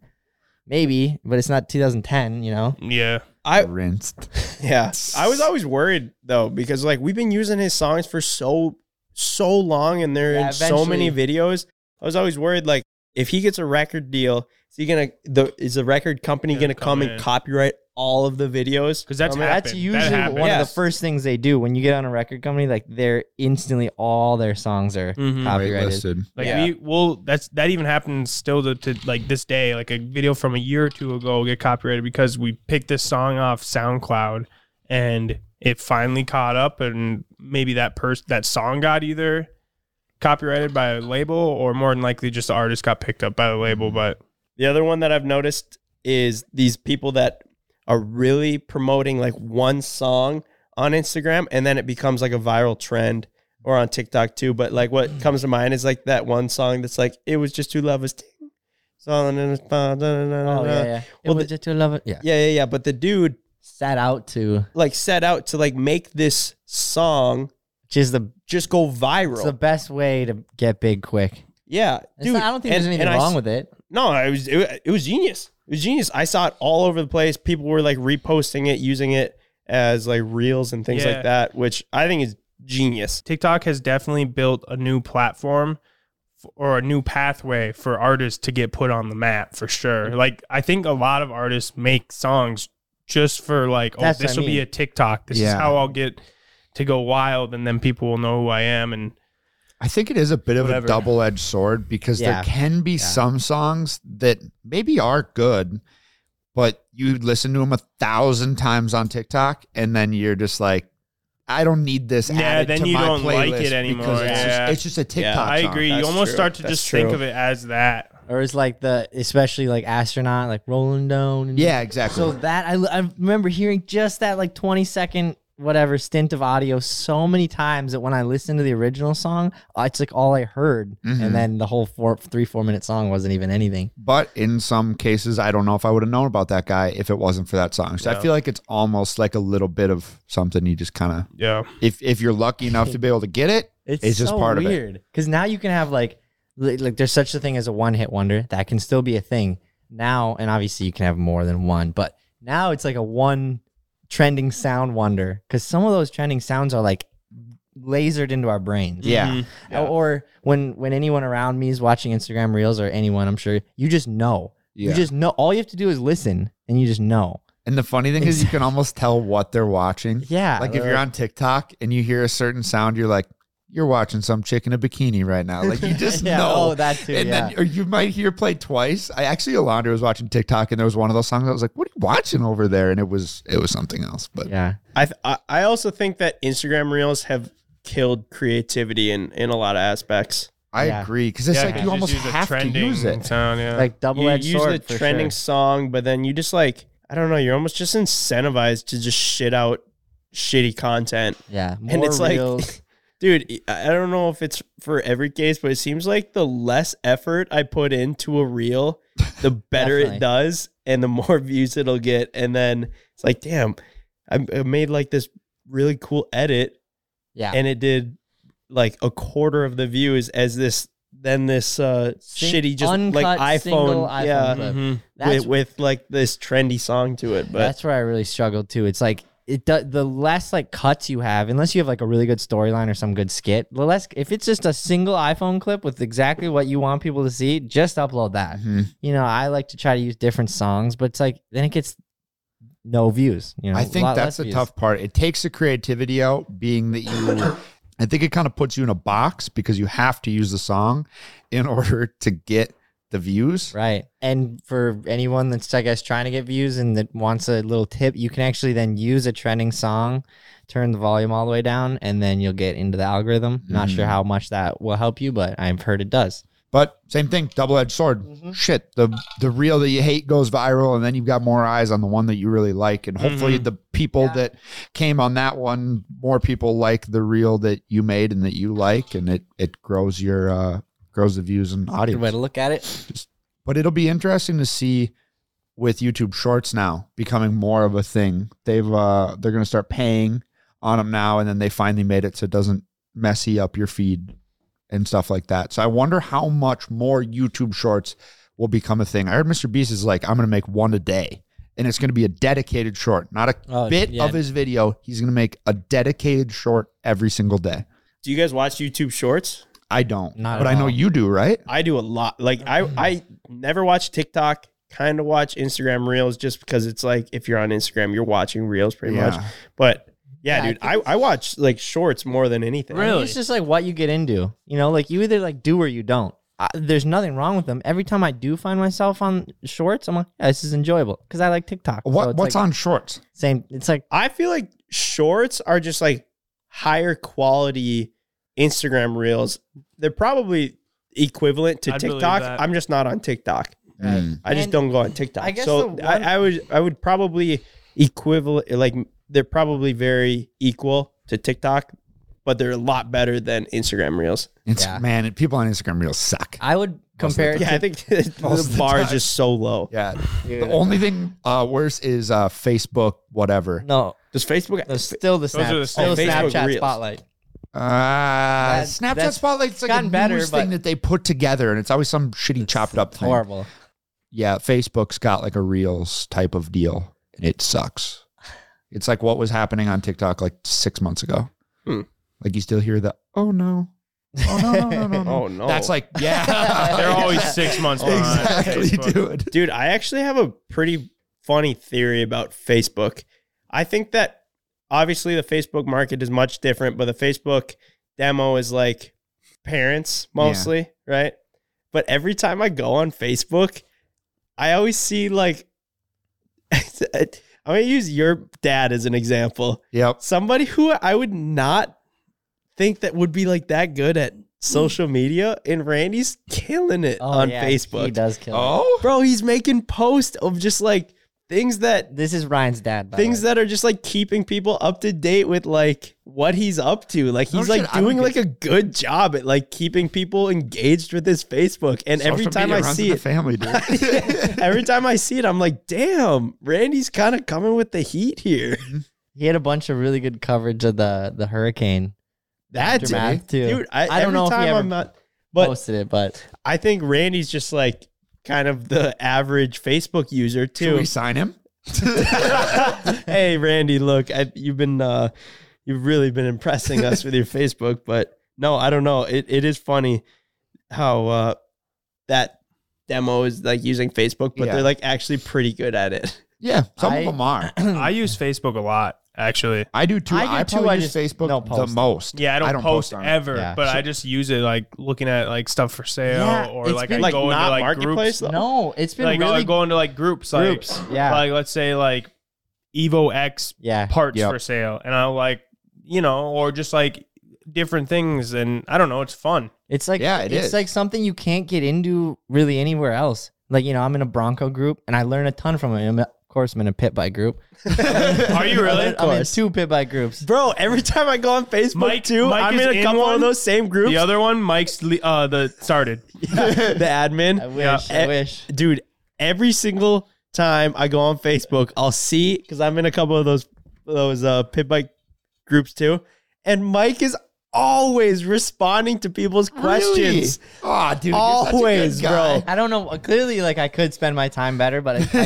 maybe, but it's not 2010. You know, Yeah, I rinsed. yeah, I was always worried though because like we've been using his songs for so so long, and they're Yeah, in so many eventually. videos. I was always worried like if he gets a record deal, is he gonna the is the record company Gonna gonna come, come in. and copyright all of the videos? because that's I mean, happened. that's That usually happened. one of Yes. the first things they do when you get on a record company. Like they're instantly all their songs are Mhm. copyrighted. listed. Like Yeah. we will that's that even happens still to, to like this day. Like a video from a year or two ago will get copyrighted because we picked this song off SoundCloud and it finally caught up and maybe that person that song got either copyrighted by a label or more than likely just the artist got picked up by the label. But The other one that I've noticed is these people that are really promoting like one song on Instagram and then it becomes like a viral trend or on TikTok too. But like Mm. what comes to mind is like that one song that's like, it was just two lovers. ting, song, da, da, da, da, da, Oh yeah, da." yeah. Uh, Well, it was the- just to love it. Yeah, Yeah, yeah, yeah. But the dude set out to like set out to like make this song which is the just go it's viral. the best way to get big quick. yeah. It's not- I don't think and- there's anything and I wrong s- with it. No, it was it, it was genius. It was genius. I saw it all over the place. People were like reposting it, using it as like reels and things Yeah. like that, which I think is genius. TikTok has definitely built a new platform f- or a new pathway for artists to get put on the map for Mm-hmm. sure. Like I think a lot of artists make songs just for like, oh, That's what this I will be mean. a TikTok. This is Yeah. how I'll get to go wild, and then people will know who I am. And I think it is a bit of Whatever. a double edged sword because Yeah. there can be some songs that maybe are good, but you listen to them a thousand times on TikTok and then you're just like, I don't need this. Yeah, added then to you my don't like playlist it anymore, because It's, yeah. just, it's just a TikTok. Yeah, I song. agree. You That's almost true. start to That's just think true. of it as that. or it's like the especially like astronaut like rolling down and Yeah, exactly. so that I, I remember hearing just that like 20 second whatever stint of audio so many times that when i listened to the original song uh, it's like all i heard Mhm. and then the whole four three four minute song wasn't even anything but in some cases, I don't know if I would have known about that guy if it wasn't for that song. So I feel like it's almost like a little bit of something you just kind of, Yeah. if if you're lucky enough to be able to get it, it's, just part of it. because now you can have like li- like there's such a thing as a one hit wonder that can still be a thing now and obviously you can have more than one but now it's like a one trending sound wonder because some of those trending sounds are like lasered into our brains Mm-hmm. Yeah. Or- Or when when anyone around me is watching Instagram Reels or anyone, I'm sure you just know. Yeah. You just know. All you have to do is listen, and you just know. And the funny thing is, you can almost tell what they're watching. Yeah. Like if you're on TikTok and you hear a certain sound, you're like, you're watching some chick in a bikini right now. Like you just Yeah, know. oh, that too, And then or you might hear played twice. I actually, Alondra was watching TikTok and there was one of those songs. I was like, what are you watching over there? And it was it was something else. But Yeah. I th- I I also think that Instagram Reels have killed creativity in in a lot of aspects. I Yeah. agree because it's like you almost have to use it. Sound, yeah. Like double You edged use sword. the for trending sure. song, but then you just like I don't know. You're almost just incentivized to just shit out shitty content. Yeah. More and it's reels. like dude i I don't know if it's for every case but it seems like the less effort i put into a reel the better Definitely. it does and the more views it'll get and then it's like damn i I made like this really cool edit yeah. and it did like a quarter of the views as this then this uh Sing- shitty just like uncut single iphone, iPhone yeah mm-hmm, clip. Mhm. that's, with, with like this trendy song to it but that's where I really struggled too. It's like it do, the less like cuts you have, unless you have like a really good storyline or some good skit. The less if it's just a single iPhone clip with exactly what you want people to see, just upload that. Mhm. you know, I like to try to use different songs, but it's like then it gets no views. You know, I think lot that's less the views. tough part. It takes the creativity out, being that you. I think it kind of puts you in a box because you have to use the song in order to get the views. Right. And for anyone that's, I guess, trying to get views and that wants a little tip, you can actually then use a trending song, turn the volume all the way down, and then you'll get into the algorithm. Not sure how much that will help you, but I've heard it does. But same thing, double edged sword. Mm-hmm. Shit, the the reel that you hate goes viral, and then you've got more eyes on the one that you really like, and hopefully the people that came on that one, more people like the reel that you made and that you like, and it it grows your uh, grows the views and Good audience. way to look at it. But it'll be interesting to see with YouTube Shorts now becoming more of a thing. They've uh, they're going to start paying on them now, and then they finally made it so it doesn't messy up your feed and stuff like that. So I wonder how much more YouTube Shorts will become a thing. I heard Mr. Beast is like, I'm going to make one a day, and it's going to be a dedicated short, not a Oh, bit yeah. of his video. He's going to make a dedicated short every single day. Do you guys watch YouTube Shorts? I don't, Not but at I know all. you do, right? I do a lot. Like I, Mm-hmm. I never watch TikTok. Kind of watch Instagram Reels just because it's like if you're on Instagram, you're watching Reels pretty much. Yeah. But yeah, Yeah, I dude, I, I watch like Shorts more than anything. I think It's just like what you get into. You know, like you either like do or you don't. I, there's nothing wrong with them. Every time I do find myself on shorts, I'm like, yeah, this is enjoyable because I like TikTok. What So it's what's like on Shorts? Same. It's like I feel like Shorts are just like higher quality Instagram Reels. They're probably equivalent to I'd believe TikTok. that. I'm just not on TikTok. Uh, Mm. I just And don't go on TikTok. I guess so the one- I, I would I would probably equivalent like they're probably very equal to TikTok, but they're a lot better than Instagram Reels. It's Yeah. man, people on Instagram reels suck. I would compare. it Yeah, I to- think the the bar is time. just so low. Yeah. The only thing uh, worse is uh, Facebook, whatever. no, Does Facebook? no, still the are snap, the still same. Facebook Snapchat Reels. spotlight. Uh, That's- Snapchat that's Spotlight's like a news gotten better, thing but- that they put together, and it's always some shitty chopped up thing. Horrible. Yeah, Facebook's got like a reels type of deal, and it sucks. It's like what was happening on TikTok like six months ago. Hmm. Like you still hear the oh no, oh no, no, no, no, no. Oh no, That's like yeah, They're always six months behind. exactly, Facebook. dude. Dude, I actually have a pretty funny theory about Facebook. I think that obviously the Facebook market is much different, but the Facebook demo is like parents mostly, right? But every time I go on Facebook, I always see like I'm gonna use your dad as an example. Yep. Somebody who I would not think that would be like that good at social media, and Randy's killing it Oh, on yeah, Facebook he does kill. it. Oh, bro he's making posts of just like things that This is Ryan's dad. By things the way. that are just like keeping people up to date with like what he's up to like No he's shit, like I don't doing get- like a good job at like keeping people engaged with his facebook and every Social time media runs i in see the it family, dude. every time i see it i'm like damn randy's kind of coming with the heat here he had a bunch of really good coverage of the the hurricane. that Aftermath, dude, too. dude I, I don't every know if he time ever i'm not but posted it, but i think randy's just like kind of the average facebook user Should too we sign him? hey Randy, look, I, you've been uh, you've really been impressing us with your Facebook, but no, I don't know. It it is funny how uh, that demo is like using Facebook, but Yeah. they're like actually pretty good at it. Yeah, some I- of them are. Hmm. I use Facebook a lot, actually. I do too. I I, do too, probably I use just Facebook don't the post. most. Yeah, I don't, post, on it. ever, Yeah. but I just use it like looking at like stuff for sale Yeah, or it's like been- I Like go into not like marketplace groups. though. no, it's been Like really I go into like groups, like Groups, yeah. like let's say like Evo X yeah. parts Yep. for sale, and I'll like you know, or just like different things, and I don't know, it's fun. It's like Yeah, it it's is. like something you can't get into really anywhere else. Like you know, I'm in a Bronco group, and I learn a ton from it. I'm- Of course, I'm in a pit bike group. Are you really? I'm in course. two pit bike groups. Bro, every time I go on Facebook Mike- too, Mike I'm is in a in couple one. of those same groups. The other one, Mike's le- uh the started. the admin. I wish. Eh, I wish. dude every single time i go on facebook i'll see because i'm in a couple of those those uh pit bike groups too and mike is always responding to people's questions. Oh, dude, you're Always, such a good guy. bro. I don't know. Clearly, like I could spend my time better, but I, I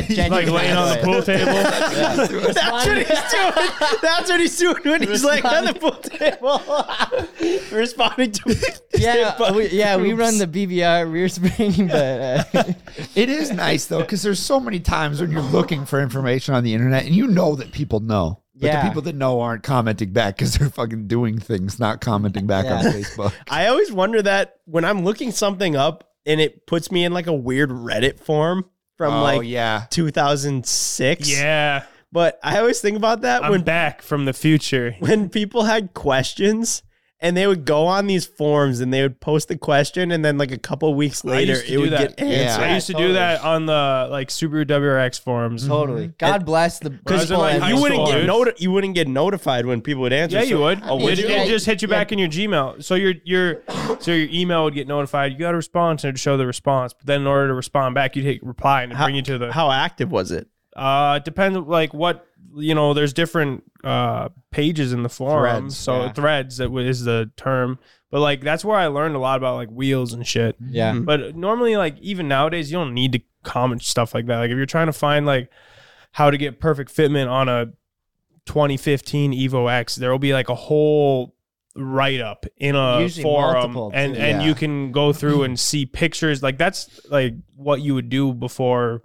genuinely like laying on the enjoy pool it. table. That's what he's doing. That's what he's doing when he's like on the pool table, responding to. Yeah, we, yeah, we run the BBR rear spring, but uh, It is nice though, because there's so many times when you're looking for information on the internet and you know that people know. But Yeah. the people that know aren't commenting back because they're fucking doing things, not commenting back on Yeah. Facebook. I always wonder that when I'm looking something up and it puts me in like a weird Reddit form from oh like yeah. 2006. Yeah, But I always think about that I'm when back from the future. when people had questions and they would go on these forms and they would post the question and then like a couple weeks later used to it do would that. get answered. Yeah. I used to do that on the like Subaru WRX forums. totally. God bless the I was in, like, people. high You wouldn't school, get dude. noti- you wouldn't get notified when people would answer. Yeah, you so- would. Oh, It, would you? it just hit you back in your Gmail. So your your so your email would get notified. You got a response and it'd show the response. But then in order to respond back, you'd hit reply and it'd bring you to the How active was it? Uh, it depends like what you know. There's different uh pages in the forum, Threads, so yeah. threads that is the term. But like that's where I learned a lot about like wheels and shit. Yeah. But normally, like even nowadays, you don't need to comment stuff like that. Like if you're trying to find like how to get perfect fitment on a 2015 Evo X, there will be like a whole write up in a Usually forum, multiple, too. and and Yeah. you can go through and see pictures. Like that's like what you would do before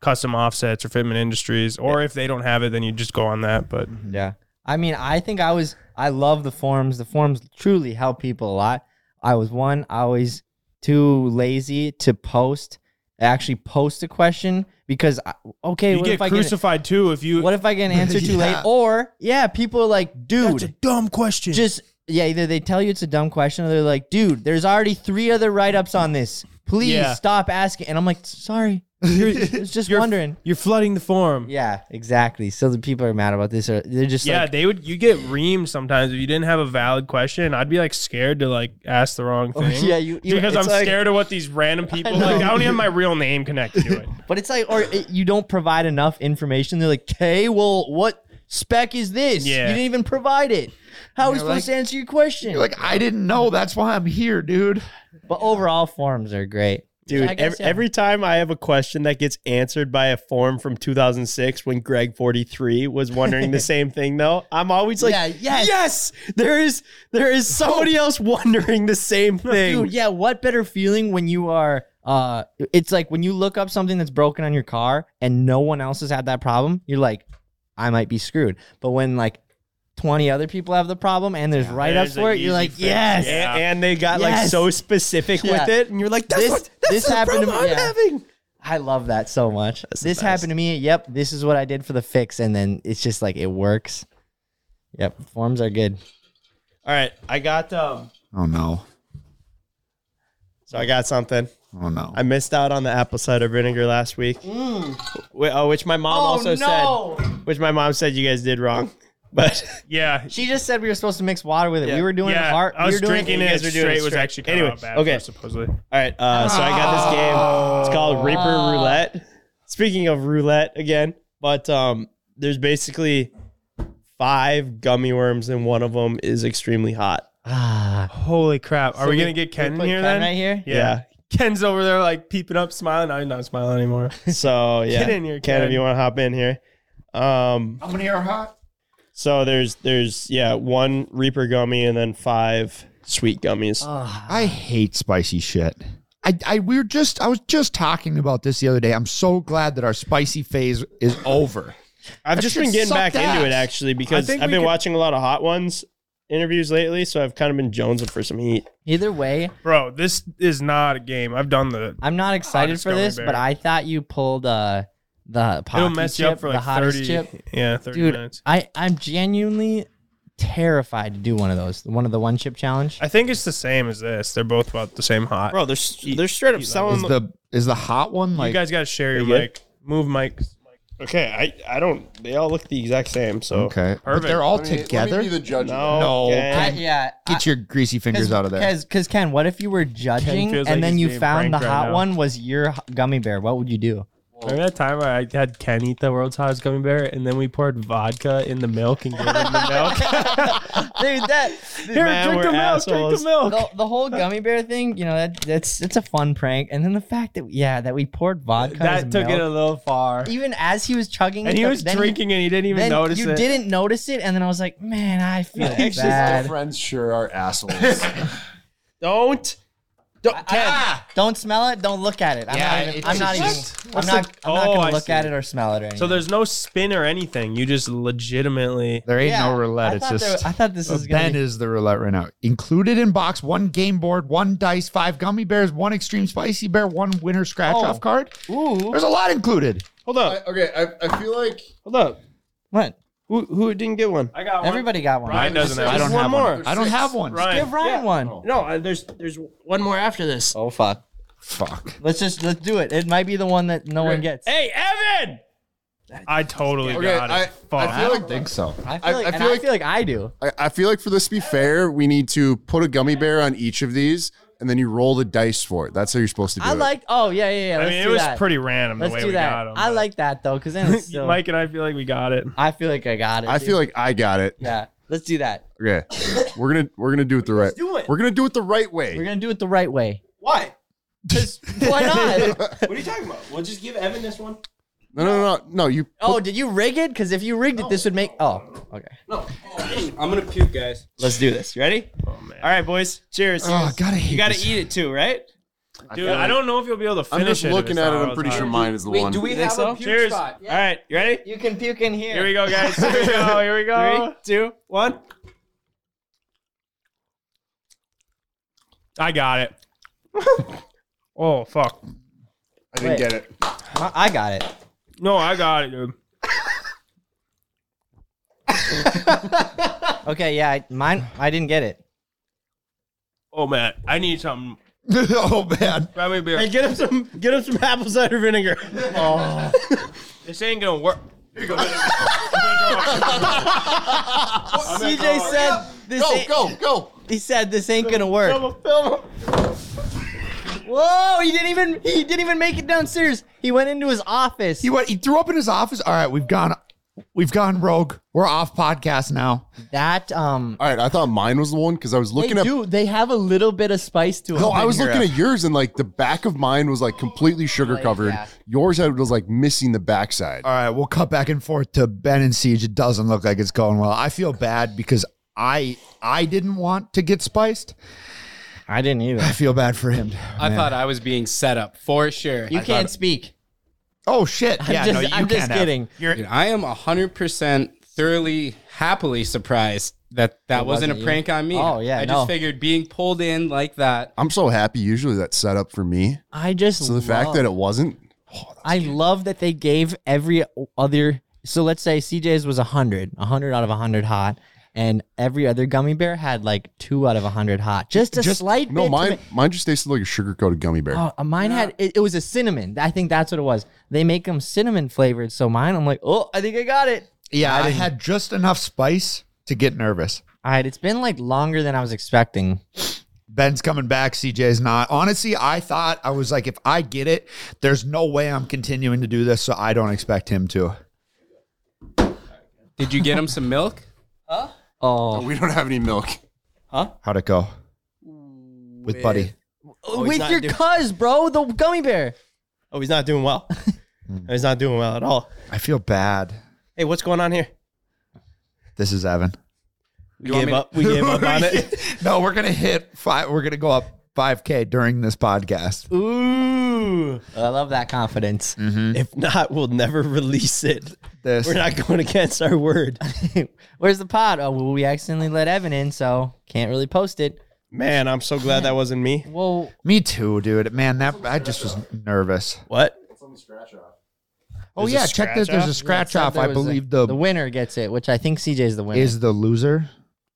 custom offsets or fitment industries or if they don't have it then you just go on that but Mm-hmm. Yeah. I mean, I think I was, I love the forums. The forums truly help people a lot. I was one, I was too lazy to post, actually post a question because, I, okay, you what get if, I get, crucified too if you what if I get an answer too late? Yeah. Or, yeah, people are like, that's a dude, dumb question just, yeah, either they tell you it's a dumb question or they're like, dude, there's already three other write ups on this. Please Yeah. stop asking. And I'm like, sorry. You're, I was just You're- wondering. you're flooding the forum Yeah, exactly. So the people are mad about this. Or they're just yeah, like, they would. You get reamed sometimes if you didn't have a valid question. I'd be like scared to like ask the wrong Oh, thing. yeah, you- you- because it's I'm like- scared of what these random people. like I don't have my real name connected to it. But it's like, or it, you don't provide enough information. They're like, okay, well, what spec is this? Yeah. You didn't even provide it. How are we You're supposed like- to answer your question? You're like, I didn't know. That's why I'm here, dude. but overall, forms are great. Dude, I guess, every, yeah. every time I have a question that gets answered by a form from 2006 when Greg43 was wondering the same thing though, I'm always like, Yeah, yes. there is there is somebody else wondering the same thing. Dude, yeah, what better feeling when you are, uh, it's like when you look up something that's broken on your car and no one else has had that problem, you're like, I might be screwed. But when like 20 other people have the problem and there's write ups There's an for it, you're easy like, fix. yes. Yeah. And, and they got like Yes. so specific Yeah. with it, and you're like, that's This- what, that's this the happened to problem me, I'm yeah. having. I love that so much. That's the this best. happened to me. Yep, this is what I did for the fix, and then it's just like it works. Yep, forms are good. All right, I got um, Oh no. so I got something. Oh no. I missed out on the apple cider vinegar last week. Wh- oh, which my mom also said, which my mom said you guys did wrong, but. Yeah, She just said we were supposed to mix water with it. Yeah. We were doing yeah. it hard. I we was were doing drinking you it, guys were doing straight. was actually kind Anyway, of bad. okay. Okay, supposedly. All right, uh, so I got this game. It's called Reaper Roulette. Speaking of roulette again, but um, there's basically five gummy worms, and one of them is extremely hot. Ah, Holy crap! Are So we, we- gonna get Ken we in put here Ken then? right here? Yeah. Ken's over there like peeping up, smiling. I'm not smiling anymore. So yeah, Get in here, Ken, if Ken. you want to hop in here. Um, How many are hot? so there's there's yeah one Reaper gummy and then five sweet gummies. I hate spicy shit. I, I we were just I was just talking about this the other day. I'm so glad that our spicy phase is over. I've that just shit been getting back sucked into it ass. actually because I've think been we could- watching a lot of hot ones interviews lately, so I've kind of been jonesing for some heat. either way, Bro, this is not a game. I've done the. I'm not excited Hottest for gummy this, bear. but I thought you pulled uh the It'll pocky mess chip, you up for the like hottest thirty. chip. Yeah, thirty Dude, minutes. I I'm genuinely terrified to do one of those, one of the one chip challenge. I think it's the same as this. They're both about the same hot. Bro, they're s- they're straight up selling. Is the is the hot one like you guys got to share your good? mic. Move mic. Okay, I, I don't. They all look the exact same. So okay? But Perfect. they're all Let me- together. Let me be the judge. of no, No, okay. I- yeah, I- Get your greasy fingers out of there. Because Ken, what if you were judging feels and like then he's you being found the pranked right hot now. one was your h- gummy bear? What would you do? that. Remember that time where I had Ken eat the world's hottest gummy bear, and then we poured vodka in the milk and gave him the milk. dude. That Here, Man, drink we're the milk. Drink assholes. the milk. the, the whole gummy bear thing, you know, that that's it's a fun prank. And then the fact that yeah, that we poured vodka. that as took it a milk, little far. even as he was chugging, And he the- was then drinking, and he didn't even then notice you it. didn't notice it, and then I was like, man, I feel It's just our bad. friends sure are assholes. Don't. I- I- Don't smell it. Don't look at it. I'm Yeah, not even. it's I'm not even. just- I'm not. I'm not Oh, gonna I look see. at it or smell it or anything. So there's no spin or anything. You just legitimately. There ain't Yeah, no roulette. I It's thought there- just I thought this was gonna Ben be. is the roulette right now. Included in box one game board, one dice, five gummy bears, one extreme spicy bear, one winner scratch Oh. off card. Ooh. There's a lot included. Hold up. I, okay, I, I feel like Hold up. What? Who who didn't get one? I got Everybody got one. Ryan doesn't have. I one. don't have one. I don't have one. Ryan. Give Ryan one. Oh. No, I, there's there's one more after this. Oh. fuck. Fuck. Let's just let's do it. It might be the one that no one gets. Hey, Evan. I totally Okay, got it. I- Fuck. I feel like- think so. I I- feel like I and I, feel like- feel like I do. I, I feel like for this to be fair, we need to put a gummy bear on each of these, and then you roll the dice for it. That's how you're supposed to do I it. like. Oh yeah, yeah, yeah. I Let's mean, it do was that. pretty random the Let's way do we that. got him. I but- like that though, because then it's still, Mike and I feel like we got it. I feel like I got it. I dude. feel like I got it. yeah. Let's do that. Okay, we're gonna we're gonna do it the right. do it. We're gonna do it the right way. We're gonna do it the right way. Why? Cause why not? What are you talking about? We'll just give Evan this one. no, no, no, no. You oh, did you rig it? Because if you rigged it, this would make. Oh, okay. No. I'm gonna puke, guys. Let's do this. You ready? Oh man. All right, boys. Cheers. Oh, I gotta hate you gotta this. eat it too, right? Dude, I don't know if you'll be able to finish I'm just it if looking it's at it. not I'm pretty all sure the time. mine is the one. do we have so? a Cheers. All right, you ready? You can puke in here. Here we go, guys. Here we go. Here we Three, go. two, one. I got it. oh fuck. I didn't Wait. get it. I, I got it. No, Oh, I got it, dude. Okay, yeah, I, mine. I didn't get it. Oh man, I need something. oh man. Grab me a beer. Hey, get him some. Get him some apple cider vinegar. Oh. This ain't gonna work. CJ said this. Go, ain't, go, go. He said this ain't gonna work. Whoa! He didn't even. He didn't even make it downstairs. He went into his office. He went. He threw up in his office. All right, we've gone. We've gone rogue. We're off podcast now. that um. All right, I thought mine was the one because I was looking they at. do. They have a little bit of spice to it. No, I was looking at yours and like the back of mine was like completely sugar covered. yeah. Yours I was like missing the backside. All right, we'll cut back and forth to Ben and Siege. It doesn't look like it's going well. I feel bad because I I didn't want to get spiced. I didn't either. I feel bad for him. I thought I was being set up for sure. You can't speak. Oh shit! I'm yeah, just, no, you I'm just can't have- kidding. Dude, I am 100% thoroughly, happily surprised that that wasn't, wasn't a you. prank on me. Oh, yeah, I no. just figured being pulled in like that. I'm so happy. Usually that's set up for me. I just So the fact love- that it wasn't. I love that they gave every other. So let's say CJ's was 100, 100 out of 100 hot, and every other gummy bear had like two out of 100 hot. Just a slight bit. No, to mine ma- mine just tasted like a sugar coated gummy bear. Oh, uh, mine had it, it was a cinnamon. I think that's what it was. They make them cinnamon flavored. So mine, I'm like, oh, I think I got it. Yeah, I, had just enough spice to get nervous. All right, it's been like longer than I was expecting. Ben's coming back. CJ's not. Honestly, I thought I was like, if I get it, there's no way I'm continuing to do this. So I don't expect him to. Did you get him some milk? Oh, we don't have any milk. How'd it go? With Buddy. he's with not your doing- cuz, bro, the gummy bear. Oh, he's not doing well. he's not doing well at all. I feel bad. Hey, what's going on here? This is Evan. We gave up. We gave up on it. no, we're gonna hit five. We're gonna go up five k during this podcast. Ooh. I love that confidence. If not, we'll never release it. This We're not going against our word. Where's the pod? Oh, well, we accidentally let Evan in, so can't really post it. Man, I'm so glad that wasn't me. Whoa. me too, dude. Man, that I just was nervous. What? Oh yeah, check this. There's a scratch off. I believe the, the winner gets it, which I think CJ's the winner. is the loser,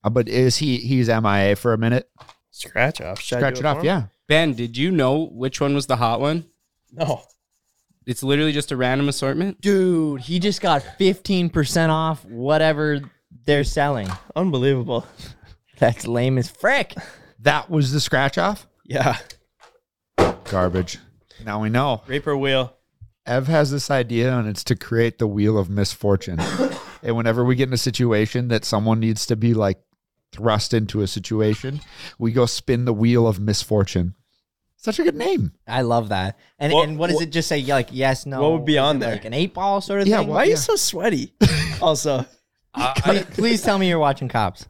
Uh, but is he? He's MIA for a minute. Scratch off. Should I Scratch do it off. for him? Yeah. Ben, did you know which one was the hot one? No. It's literally just a random assortment. Dude, he just got 15% off whatever they're selling. Unbelievable. That's lame as frick. That was the scratch off. Yeah. Garbage. Now we know. Reaper wheel. Ev has this idea, and it's to create the wheel of misfortune. and whenever we get in a situation that someone needs to be like thrust into a situation, we go spin the wheel of misfortune. Such a good name. I love that. And What- and what does what- it just say? Like yes, no. What would be Is on it there? Like an eight ball sort of Yeah, thing. what- Why are you yeah. so sweaty? Also, please, please tell me you're watching cops.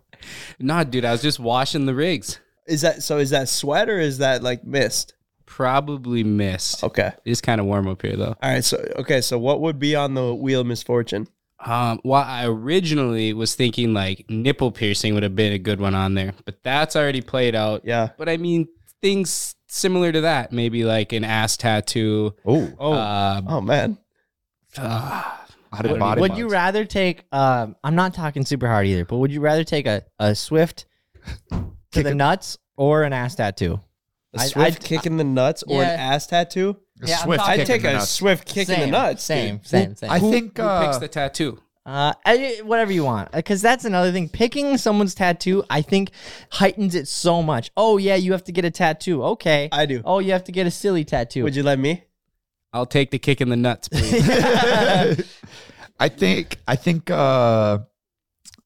Nah, dude, I was just washing the rigs. is that so? Is that sweat or is that like mist? Probably missed. Okay. It's kind of warm up here though. All right. So okay. So what would be on the wheel of misfortune? Um, well, I originally was thinking like nipple piercing would have been a good one on there, but that's already played out. Yeah. But I mean, things similar to that, maybe like an ass tattoo. Oh, Oh, uh, um, Oh man. uh, how did Would- body Would bugs. you rather take? Um, I'm not talking super hard either, but would you rather take a, a swift to the nuts or an ass tattoo? A I- swift I'd- kick in the nuts or an Yeah. ass tattoo? A Yeah, I'm swift talking- I'd kick in take the a nuts. same, kick in the Same, nuts. Same, dude. same, same. I think who uh, picks the tattoo? Uh, I, whatever you want, because that's another thing. Picking someone's tattoo, I think, heightens it so much. Oh yeah, you have to get a tattoo. Okay, I do. Oh, you have to get a silly tattoo. Would you let me? I'll take the kick in the nuts. please. I think I think uh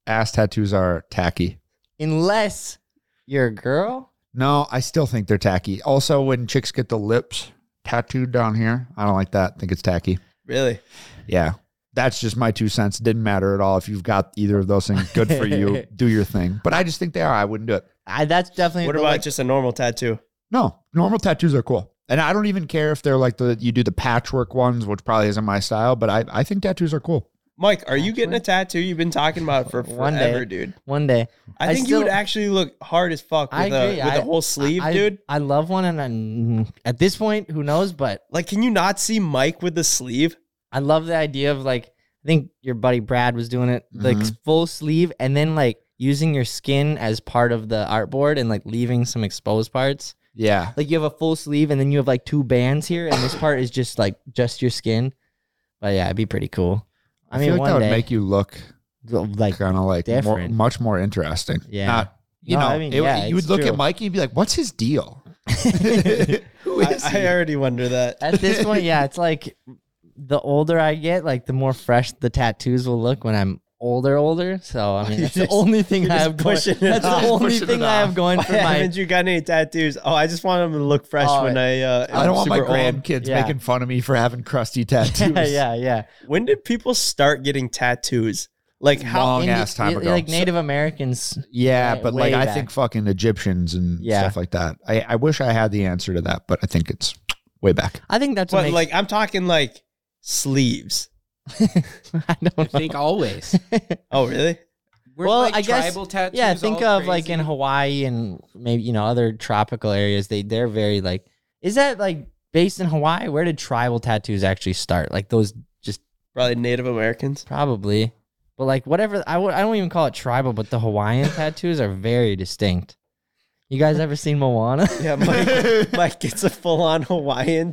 ass tattoos are tacky. Unless you're a girl. No, I still think they're tacky. Also, when chicks get the lips tattooed down here, I don't like that. I think it's tacky. Really? Yeah. That's just my two cents. Didn't matter at all if you've got either of those things. Good for you. Do your thing. But I just think they are. I wouldn't do it. I, that's definitely What the, about like, just a normal tattoo? No, normal tattoos are cool. And I don't even care if they're like the you do the patchwork ones, which probably isn't my style, but I, I think tattoos are cool. Mike, are you getting a tattoo? You've been talking about it for One day. forever, dude. one day. I, I think you still- would actually look hard as fuck with, I a, agree. with I- a whole sleeve, I- dude. I love one, and I'm, at this point, who knows? But Like, can you not see Mike with the sleeve? I love the idea of like I think your buddy Brad was doing it like full sleeve and then like using your skin as part of the artboard and like leaving some exposed parts. Yeah. Like you have a full sleeve and then you have like two bands here and this part is just like just your skin. But yeah, it'd be pretty cool. I, mean, feel like one that would day, make you look like kind of like more, different. much more interesting. Yeah. Not, you No, know, I mean, it- yeah, you would it's look true. at Mikey and be like, what's his deal? Who I, is he? I already wonder that. at this point, yeah, it's like the older I get, like the more fresh the tattoos will look when I'm older, older. So I mean, that's the just- only thing you're I just have going. pushing it That's off. the only Pushing it thing I have off. going Why for my haven't you got any tattoos? Oh, I just want them to look fresh Oh, when I. Uh, I don't want my grand. grandkids Yeah. making fun of me for having crusty tattoos. yeah, yeah, yeah. When did people start getting tattoos? Like how? Long Indi- ass time y- ago. Like Native Americans. Yeah, Way- but like way I back. think fucking Egyptians and Yeah. stuff like that. I, I wish I had the answer to that, but I think it's way back. I think that's what but makes, like I'm talking like sleeves. I I don't know. think always. Oh, really? We're Well, like I guess- tribal tattoos. Yeah, think all of like in crazy. Hawaii and maybe you know other tropical areas. They they're very like. Is that like based in Hawaii? Where did tribal tattoos actually start? Like those, just Probably Native Americans. probably. But like whatever, I w- I don't even call it tribal, but the Hawaiian tattoos are very distinct. You guys ever seen Moana? Yeah, Mike, Mike gets a full-on Hawaiian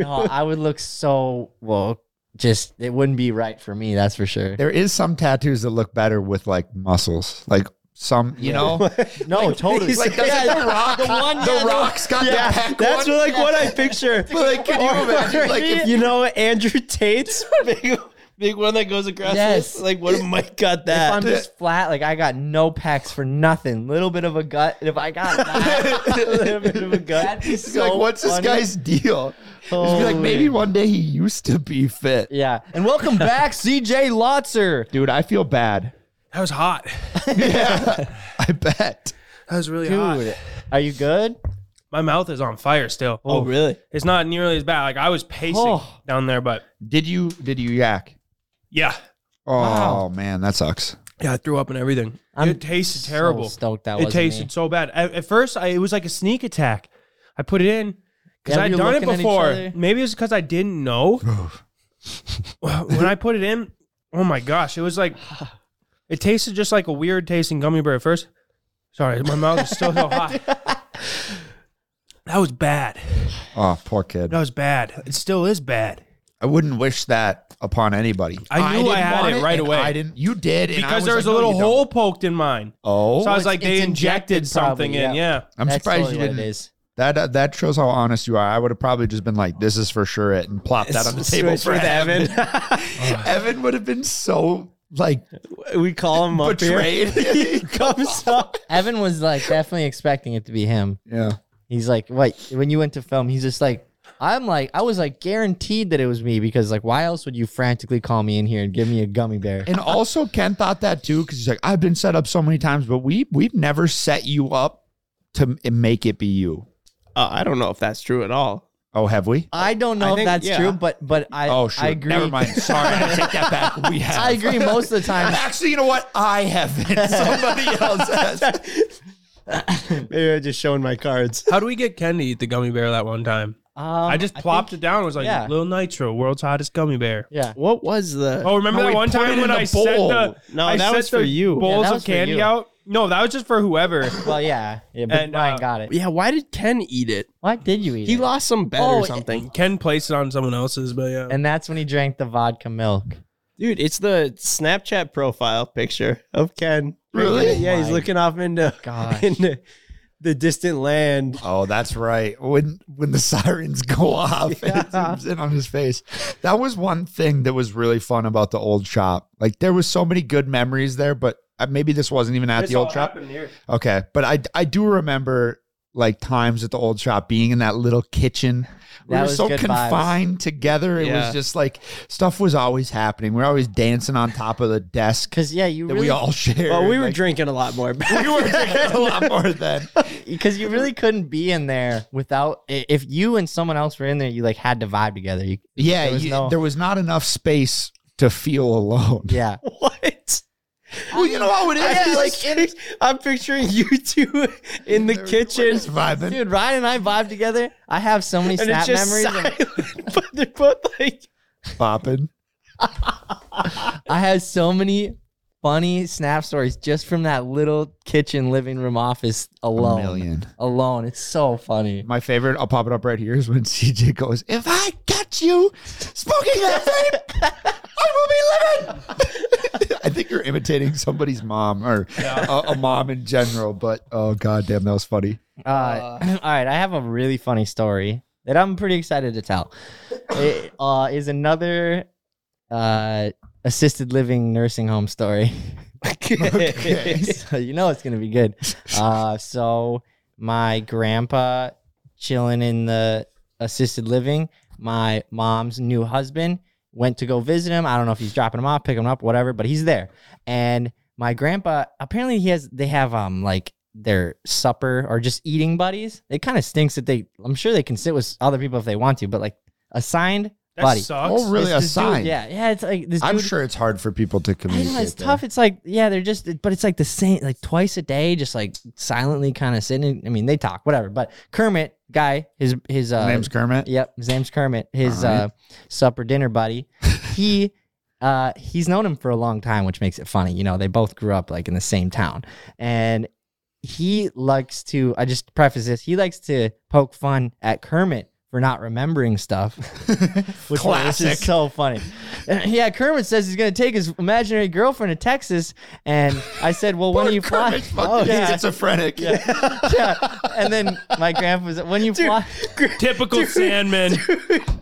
no, I would look so well. Just it wouldn't be right for me. That's for sure. There is some tattoos that look better with like muscles, like some, you know, No, totally. like doesn't the rock, the, rock's got the peck That's one. like what I picture. like, can you imagine? Like, if you know Andrew Tate's big, big one that goes across. Yes. This? Like what if Mike got if that? I'm just flat, like I got no pecs for nothing, little bit of a gut. If I got that, little bit of a gut, that'd be it's so like, what's this funny. guy's deal? Just be like, Holy- maybe one day he used to be fit. Yeah, and welcome back, CJ Lotzer. Dude, I feel bad. That was hot. I bet. That was really hot. Dude, are you good? My mouth is on fire still. oh, really? It's not nearly as bad. Like I was pacing Oh. down there, but Did you did you yak? yeah, Oh man, that sucks. yeah, I threw up and everything. I'm it tasted so terrible. stoked that it wasn't tasted me. so bad. At, at first, I, it was like a sneak attack. I put it in because Yeah, I'd we were done it looking at each before. other. Maybe it's because I didn't know. when I put it in, oh my gosh, it was like it tasted just like a weird tasting gummy bear at first. Sorry, my mouth is still so hot. That was bad. Oh, poor kid. That was bad. It still is bad. I wouldn't wish that upon anybody. I knew I didn't had want it right and away. I didn't. You did and I because there was a like, no, little you don't. hole poked in mine. Oh, So I was it's- like, they it's injected, injected something probably, in. Yeah. I'm That's surprised totally you what it didn't. is. That uh, that shows how honest you are. I would have probably just been like, "This is for sure it," and plopped that on the table Switch for with Evan. Evan. Evan would have been so like we call him up here. betrayed. He comes up. Evan was like definitely expecting it to be him. yeah. He's like, wait, when you went to film, he's just like, I'm like, I was like guaranteed that it was me because like, why else would you frantically call me in here and give me a gummy bear? And also, Ken thought that too because he's like, "I've been set up so many times, but we we've never set you up to m- make it be you." Uh, I don't know if that's true at all. Oh, have we? I don't know I if think- that's yeah. true, but but I oh, sure. I agree. Never mind. Sorry, I take that back. We have. I agree most of the time. Actually, you know what? I haven't. Somebody else has. Maybe I just showing my cards. How do we get Ken to eat the gummy bear that one time? Um, I just plopped it down. and was like, yeah. "Little Nitro, world's hottest gummy bear." Yeah. What was the? Oh, remember No, that we one put it time in when the I set bowl. the No, I that set was for the you. Yeah, bowls that of was for candy you. out. No, that was just for whoever. Well, yeah, yeah. But And, Brian uh, got it. Yeah, why did Ken eat it? Why did you eat He it? lost some bet Oh, or it- something. Ken placed it on someone else's, but yeah. and that's when he drank the vodka milk. Dude, it's the Snapchat profile picture of Ken. Really? Yeah, he's My looking off into, gosh. into the distant land. Oh, that's right. When when the sirens go off and it zooms in on his face. That was one thing that was really fun about the old shop. Like there was so many good memories there, but uh, maybe this wasn't even at the old shop. Okay, but I I do remember like times at the old shop being in that little kitchen. We That were was so good vibes. confined together. It Yeah. was just like stuff was always happening. We are always dancing on top of the desk that Because yeah, you really we all shared. Well, we were Like, drinking a lot more back we were drinking a lot more then. because you really couldn't be in there without i- if you and someone else were in there, you like had to vibe together. You, Yeah, There there was was, no- there was not enough space to feel alone. yeah, What? Well, you know how it I'm, is. just kidding. I'm picturing you two in the kitchen, It's vibing. dude. Ryan and I vibe together. I have so many and it's snap just memories. and silent. but they're both like, popping. I have so many funny snap stories just from that little kitchen living room office alone. million. Alone, it's so funny. My favorite, I'll pop it up right here, is when CJ goes, If I catch you smoking that vape, I will be living. I think you're imitating somebody's mom or a, a mom in general, but oh, god damn, that was funny. Uh, all right, I have a really funny story that I'm pretty excited to tell. It uh, is another uh, assisted living nursing home story. so you know it's gonna be good. Uh, so my grandpa chilling in the assisted living. My mom's new husband went to go visit him. I don't know if he's dropping him off, picking him up, whatever, but he's there. And my grandpa apparently he has they have um like their supper or just eating buddies. It kind of stinks that they I'm sure they can sit with other people if they want to, but like assigned that buddy. sucks. Oh, really? It's A this dude- sign. yeah, yeah. It's like this. I'm dude- sure it's hard for people to I communicate. know it's there. tough. It's like yeah, they're just, but it's like the same, like twice a day, just like silently kind of sitting. I mean, they talk, whatever. But Kermit guy, his his uh, His name's Kermit. Yep, his name's Kermit. His All right. uh, supper dinner buddy. He uh, he's known him for a long time, which makes it funny. You know, they both grew up like in the same town, and he likes to. I just preface this. He likes to poke fun at Kermit for not remembering stuff. Which Classic. is so funny. Yeah, Kermit says he's gonna take his imaginary girlfriend to Texas, and I said, "Well, when are you flying?" Oh, yeah, schizophrenic. yeah. And then my grandpa was, "When you fly?" Typical Sandman.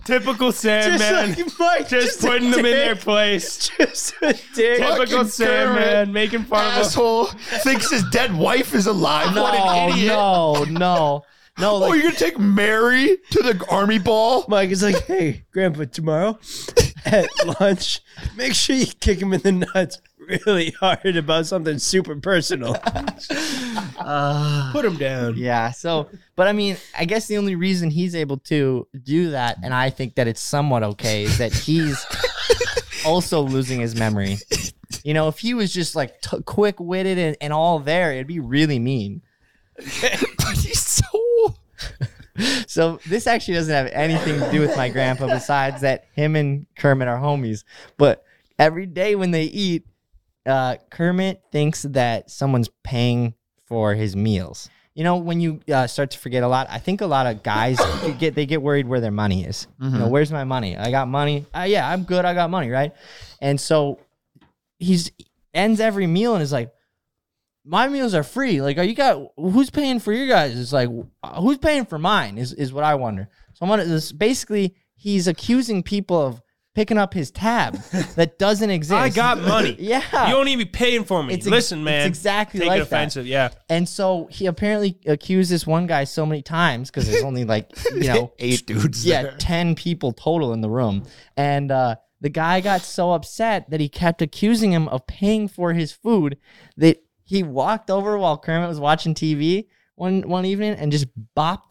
Typical Sandman. Just, like Mike, a putting them in their dick. place. Just a dick. Typical Fucking Sandman, Kermit. making fun of us. Asshole thinks his dead wife is alive. what an No, idiot. no, no, no. Oh, Like, you're gonna take Mary to the army ball? Mike is like, hey, Grandpa, tomorrow at lunch, make sure you kick him in the nuts really hard about something super personal. Uh, Put him Um, down. yeah. So, but I mean, I guess the only reason he's able to do that, and I think that it's somewhat okay, is that he's also losing his memory. You know, if he was just like t- quick witted and, and all there, it'd be really mean. But he's so So this actually doesn't have anything to do with my grandpa besides that him and Kermit are homies. But every day when they eat, uh, Kermit thinks that someone's paying for his meals. You know, when you uh, start to forget a lot, I think a lot of guys you get they get worried where their money is. You Mm-hmm. know, where's my money? I got money. Uh, yeah, I'm good. I got money, right? And so he's ends every meal and is like, my meals are free. Like, are you got who's paying for your guys? It's like "Uh, who's paying for mine is is what I wonder. So I'm gonna this basically he's accusing people of picking up his tab that doesn't exist. I got money. Yeah. You don't even be paying for me. It's ex- Listen, it's man. exactly Take like it that. offensive. Yeah. And so he apparently accused this one guy so many times because there's only like, you know, Eight dudes. yeah, there. 10 people total in the room. And uh, the guy got so upset that he kept accusing him of paying for his food that he walked over while Kermit was watching TV one, one evening and just bopped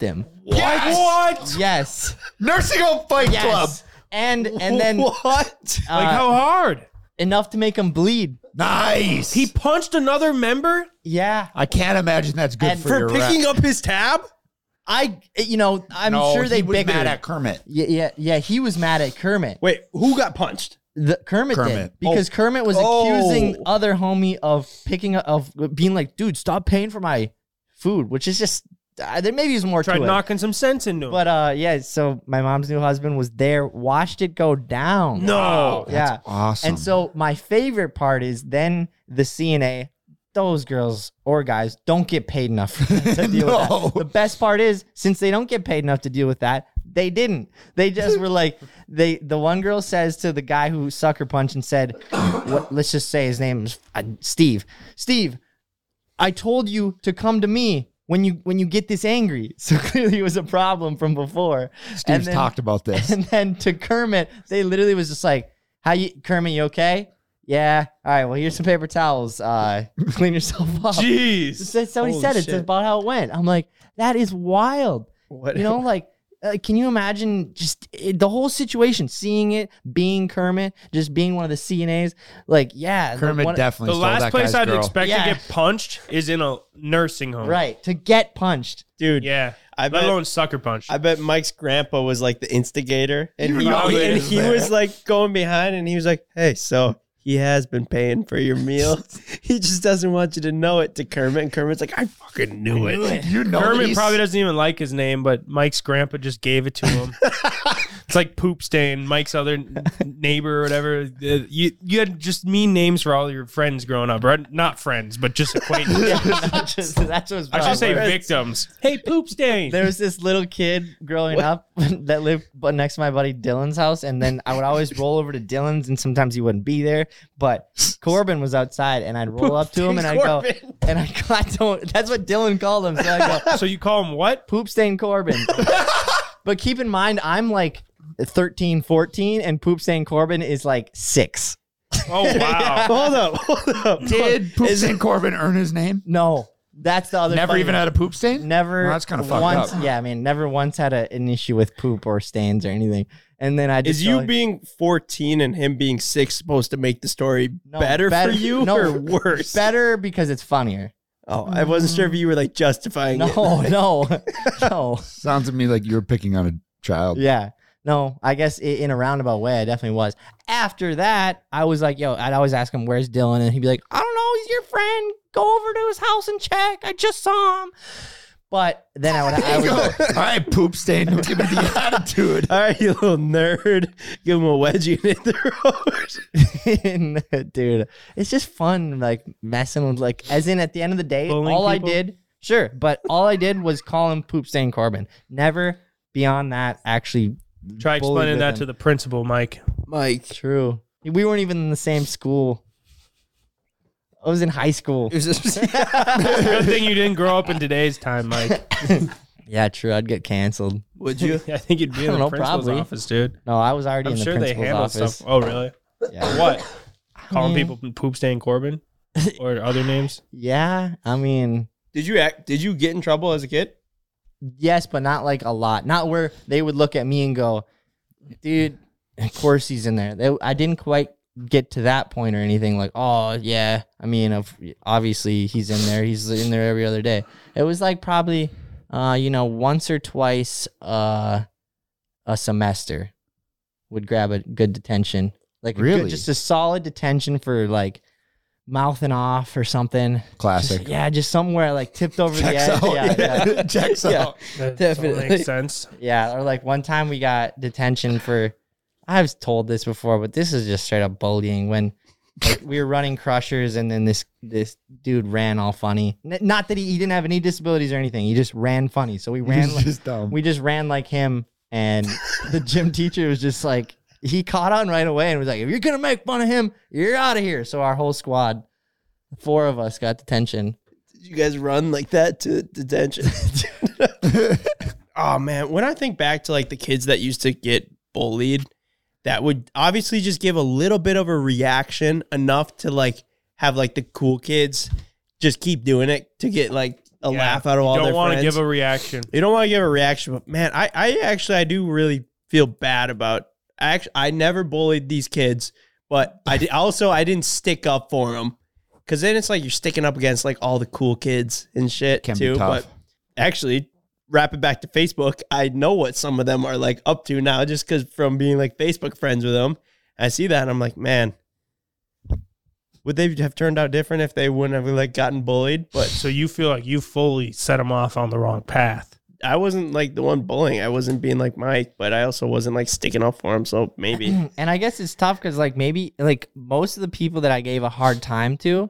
him. What? What? Yes. Nursing home fight club. Yes. And and then what? Like uh, how hard? enough to make him bleed. Nice. He punched another member Yeah. I can't imagine that's good And for, for your Picking rep. up his tab? I you know, I'm No, sure he they was bickered. mad at Kermit. yeah, yeah, yeah, he was mad at Kermit. Wait, who got punched? The Kermit, Kermit. Oh. did because Kermit was accusing Oh. other homie of picking up, of being like, dude, stop paying for my food, which is just uh, there maybe is more tried to it. knocking some sense into him. But uh, yeah, so my mom's new husband was there, watched it go down. no. yeah, Awesome. and so my favorite part is then the CNA, those girls or guys don't get paid enough for them to deal No. with that. The best part is since they don't get paid enough to deal with that, they didn't. They just were like they the one girl says to the guy who sucker punched and said, what, let's just say his name is uh, Steve. Steve, I told you to come to me when you when you get this angry. So clearly it was a problem from before. Steve's And then- talked about this. and then to Kermit, they literally was just like, "How you, Kermit? You okay? Yeah. All right. Well, here's some paper towels. Uh, clean yourself up." Jeez. That's how he Holy said. it. It's shit. about how it went. I'm like, that is wild. What? You know, like, uh, can you imagine just it, the whole situation, seeing it, being Kermit, just being one of the CNAs? Like, yeah, like, Kermit one- definitely The stole last that place guy's I'd girl. expect Yeah. to get punched is in a nursing home. right to get punched. Dude, Yeah. I Let bet, alone sucker punch. I bet Mike's grandpa was like the instigator. And he, probably and is he there. was like going behind and he was like, hey, so he has been paying for your meal. he just doesn't want you to know it to Kermit. And Kermit's like, I fucking knew it. You know Kermit these- probably doesn't even like his name, but Mike's grandpa just gave it to him. it's like poop stain, Mike's other n- neighbor or whatever. Uh, You you had just mean names for all your friends growing up, right? Not friends, but just acquaintances. Just- that's what's. I should say wild. victims. Hey, poop stain. there was this little kid growing up that lived bu- next to my buddy Dylan's house, and then I would always roll over to Dylan's, and sometimes he wouldn't be there. But Corbin was outside, and I'd roll up to him, and I go, Corbin. and I go, I don't. That's what Dylan called him. So I go, so you call him what? poop stain Corbin. but keep in mind, I'm like 13, 14, and poop stain Corbin is like six. Oh wow. Hold up, hold up. Did Poop Stain Corbin earn his name? No, that's the other. Never funny even part. had a poop stain? Never. Well, that's kinda fucked once, up. Yeah, I mean, never once had a, an issue with poop or stains or anything. And then I just Is go you like- being 14 and him being six supposed to make the story No, better, better- for you no, or worse? better because it's funnier. Oh, I wasn't sure if you were like justifying it. No, no, no. Sounds to me like you were picking on a child. Yeah. No, I guess i- in a roundabout way, I definitely was. After that, I was like, yo, I'd always ask him, where's Dylan? And he'd be like, I don't know. He's your friend. Go over to his house and check. I just saw him. But then I would, I would All right, poop stain. Don't give me the attitude. Uh, All right, you little nerd. Give him a wedgie and hit the road. dude, it's just fun, like messing with, like, as in at the end of the day, Bullying all people? I did, sure, but all I did was call him poop stain Corbin. Never beyond that, actually Try bullied explaining with that him. to the principal, Mike. Mike. True. We weren't even in the same school. I was in high school. Good thing you didn't grow up in today's time, Mike. Yeah, true. I'd get canceled. Would you? I think you'd be in the I don't know, principal's probably. office, dude. No, I was already I'm in the sure they principal's handle office. stuff. Oh, really? Yeah. What? Calling mean- people poop stain Corbin or other names? yeah, I mean, Did you act? Did you get in trouble as a kid? yes, but not like a lot. Not where they would look at me and go, "Dude, of course he's in there." They, I didn't quite get to that point or anything like, "Oh yeah." I mean, of obviously he's in there. He's in there every other day. It was like probably, uh, you know, once or twice uh, a semester would grab a good detention, like a good- Really? just a solid detention for like mouthing off or something. Classic. Just- yeah, just somewhere like tipped over the Checks edge. out. Oh, Yeah, yeah. Checks Yeah. out. That Definitely. makes sense. Yeah, or like one time we got detention for I've told this before, but this is just straight up bullying when Like we were running crushers, and then this this dude ran all funny. N- not that he, he didn't have any disabilities or anything. He just ran funny. So we ran He's like just dumb. we just ran like him, and the gym teacher was just like he caught on right away and was like, "If you're gonna make fun of him, you're out of here." So our whole squad, four of us, got detention. you guys run like that to detention? oh man, when I think back to like the kids that used to get bullied, that would obviously just give a little bit of a reaction enough to like have like the cool kids just keep doing it to get like a Yeah, laugh out of all you their don't want friends. to give a reaction. you don't want to give a reaction, but man, I, I actually I do really feel bad about. I actually I never bullied these kids, but I did, also I didn't stick up for them because then it's like you're sticking up against like all the cool kids and shit Can be too. tough. But actually, wrap it back to Facebook. I know what some of them are like up to now, just because from being like Facebook friends with them, I see that and I'm like, man, would they have turned out different if they wouldn't have like gotten bullied? But So you feel like you fully set him off on the wrong path. I wasn't like the one bullying. I wasn't being like Mike, but I also wasn't like sticking up for him. So maybe and I guess it's tough because like maybe like most of the people that I gave a hard time to,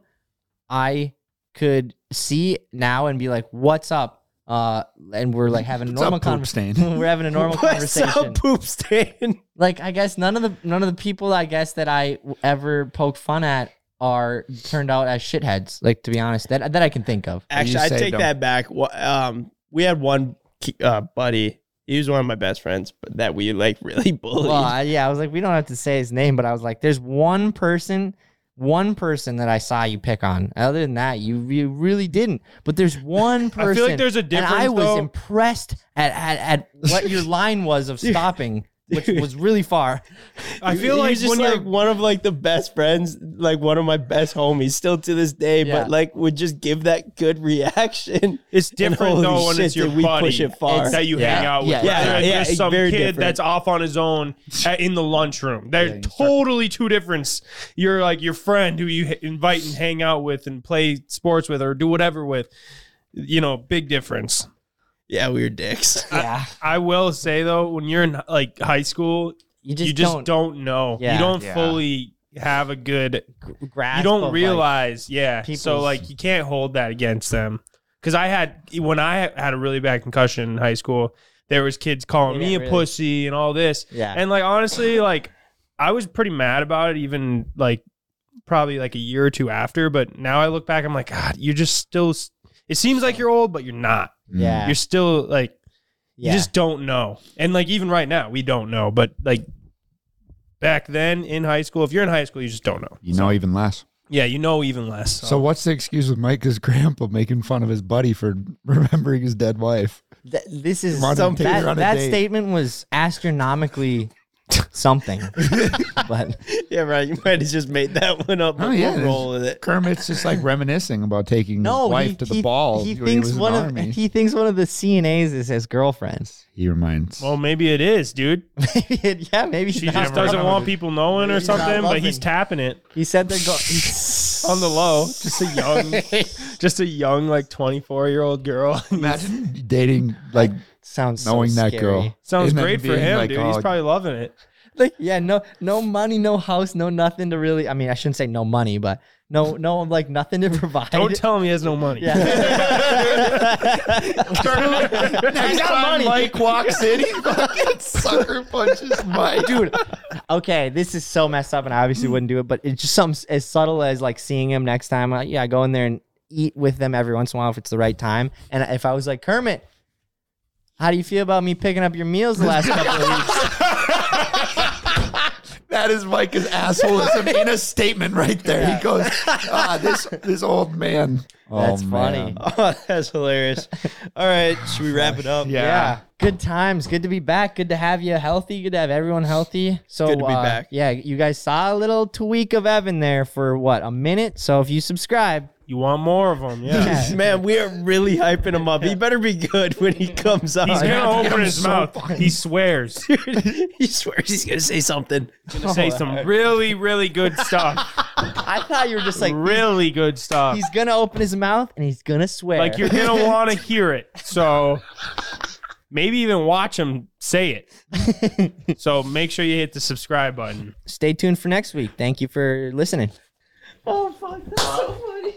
I could see now and be like, "What's up?" Uh, and we're like having a What's normal up, poop conversation. stain? we're having a normal what's conversation. up, poop stain? Like I guess none of the none of the people I guess that I w- ever poked fun at are turned out as shitheads. Like to be honest, that that I can think of. Actually, I saved take him. that back. Wha- Um, we had one ki- uh, buddy. He was one of my best friends, but that we like really bullied. Well, I, yeah, I was like, we don't have to say his name, but I was like, there's one person, one person that I saw you pick on. Other than that, you you really didn't. But there's one person. I feel like there's a and difference. I was though. impressed at, at at what your line was of stopping, which was really far. I feel He like was just when like you're one of like the best friends, like one of my best homies, still to this day. Yeah. But like, would just give that good reaction. It's And different holy though when shit, it's your did we buddy push it far. that you hang Yeah, out with. yeah, yeah, Whereas yeah, there's it's some very kid different. that's off on his own at, in the lunchroom. They're you start- totally two difference. You're like your friend who you h- invite and hang out with and play sports with or do whatever with. You know, big difference. Yeah, we were dicks. Yeah, I will say though, when you're in like high school, you just, you just don't, don't, know. Yeah. You don't Yeah. fully have a good don't grasp. you of, don't like- realize, yeah. So people's- like you can't hold that against them. Because I had when I had a really bad concussion in high school, there was kids calling Yeah, me a really. pussy and all this, yeah, and like honestly, like I was pretty mad about it. Even like probably like a year or two after, but now I look back, I'm like, God, you're just still. s- It seems like you're old, but you're not. Mm. yeah, You're still like yeah. you just don't know. And like even right now, we don't know. But like back then in high school, if you're in high school, you just don't know. You know even less. Yeah, you know even less. So, what's the excuse with Micah's grandpa making fun of his buddy for remembering his dead wife? Th- this is Run a some, date, that, run a that date. statement was astronomically something, but. yeah, right. You might have just made that one up. But Oh, yeah, we'll it roll is. with it. Kermit's just like reminiscing about taking no, his wife he, to the he- ball. He when thinks was in one the of army. he thinks one of the CNAs is his girlfriend. He reminds. well, maybe it is, dude. Maybe it- yeah, maybe She he's not just doesn't loving want it. people knowing or He's not something, but loving. he's tapping it He said they're going. on the low. Just a young, just a young like twenty four year old girl. Imagine dating, like Sounds knowing so that scary. girl. Sounds And then great for being him, like, dude. oh, He's probably loving it. Like yeah, no, no money, no house, no nothing to really. I mean, I shouldn't say no money, but no, no, like nothing to provide. Don't tell him he has no money. yeah, Next got time money. Mike walks in, he fucking sucker punches Mike. Dude, okay, this is so messed up, and I obviously wouldn't do it, but it's just something as subtle as like seeing him next time. Like, yeah, go in there and eat with them every once in a while if it's the right time. And if I was like Kermit, how do you feel about me picking up your meals the last couple of weeks? that is Micah's assholeism in a statement right there. He goes, ah, this this old man. That's Oh, funny. man. Oh, that's hilarious. All right, should we wrap it up? Yeah. Yeah. Good times. Good to be back. Good to have you healthy. Good to have everyone healthy. So Good to be uh, back. Yeah, you guys saw a little tweak of Evan there for what a minute. So if you subscribe, You want more of him? Yeah. Man, we are really hyping him up. He better be good when he comes out. He's have gonna to get open him his so mouth. fucking- He swears. He's he swears he's gonna say something. gonna say some really, really good stuff. I thought you were just like really good stuff. he's gonna open his mouth and he's gonna swear. Like you're gonna want to hear it. So maybe even watch him say it. So make sure you hit the subscribe button. Stay tuned for next week. Thank you for listening. Oh fuck, that's so funny.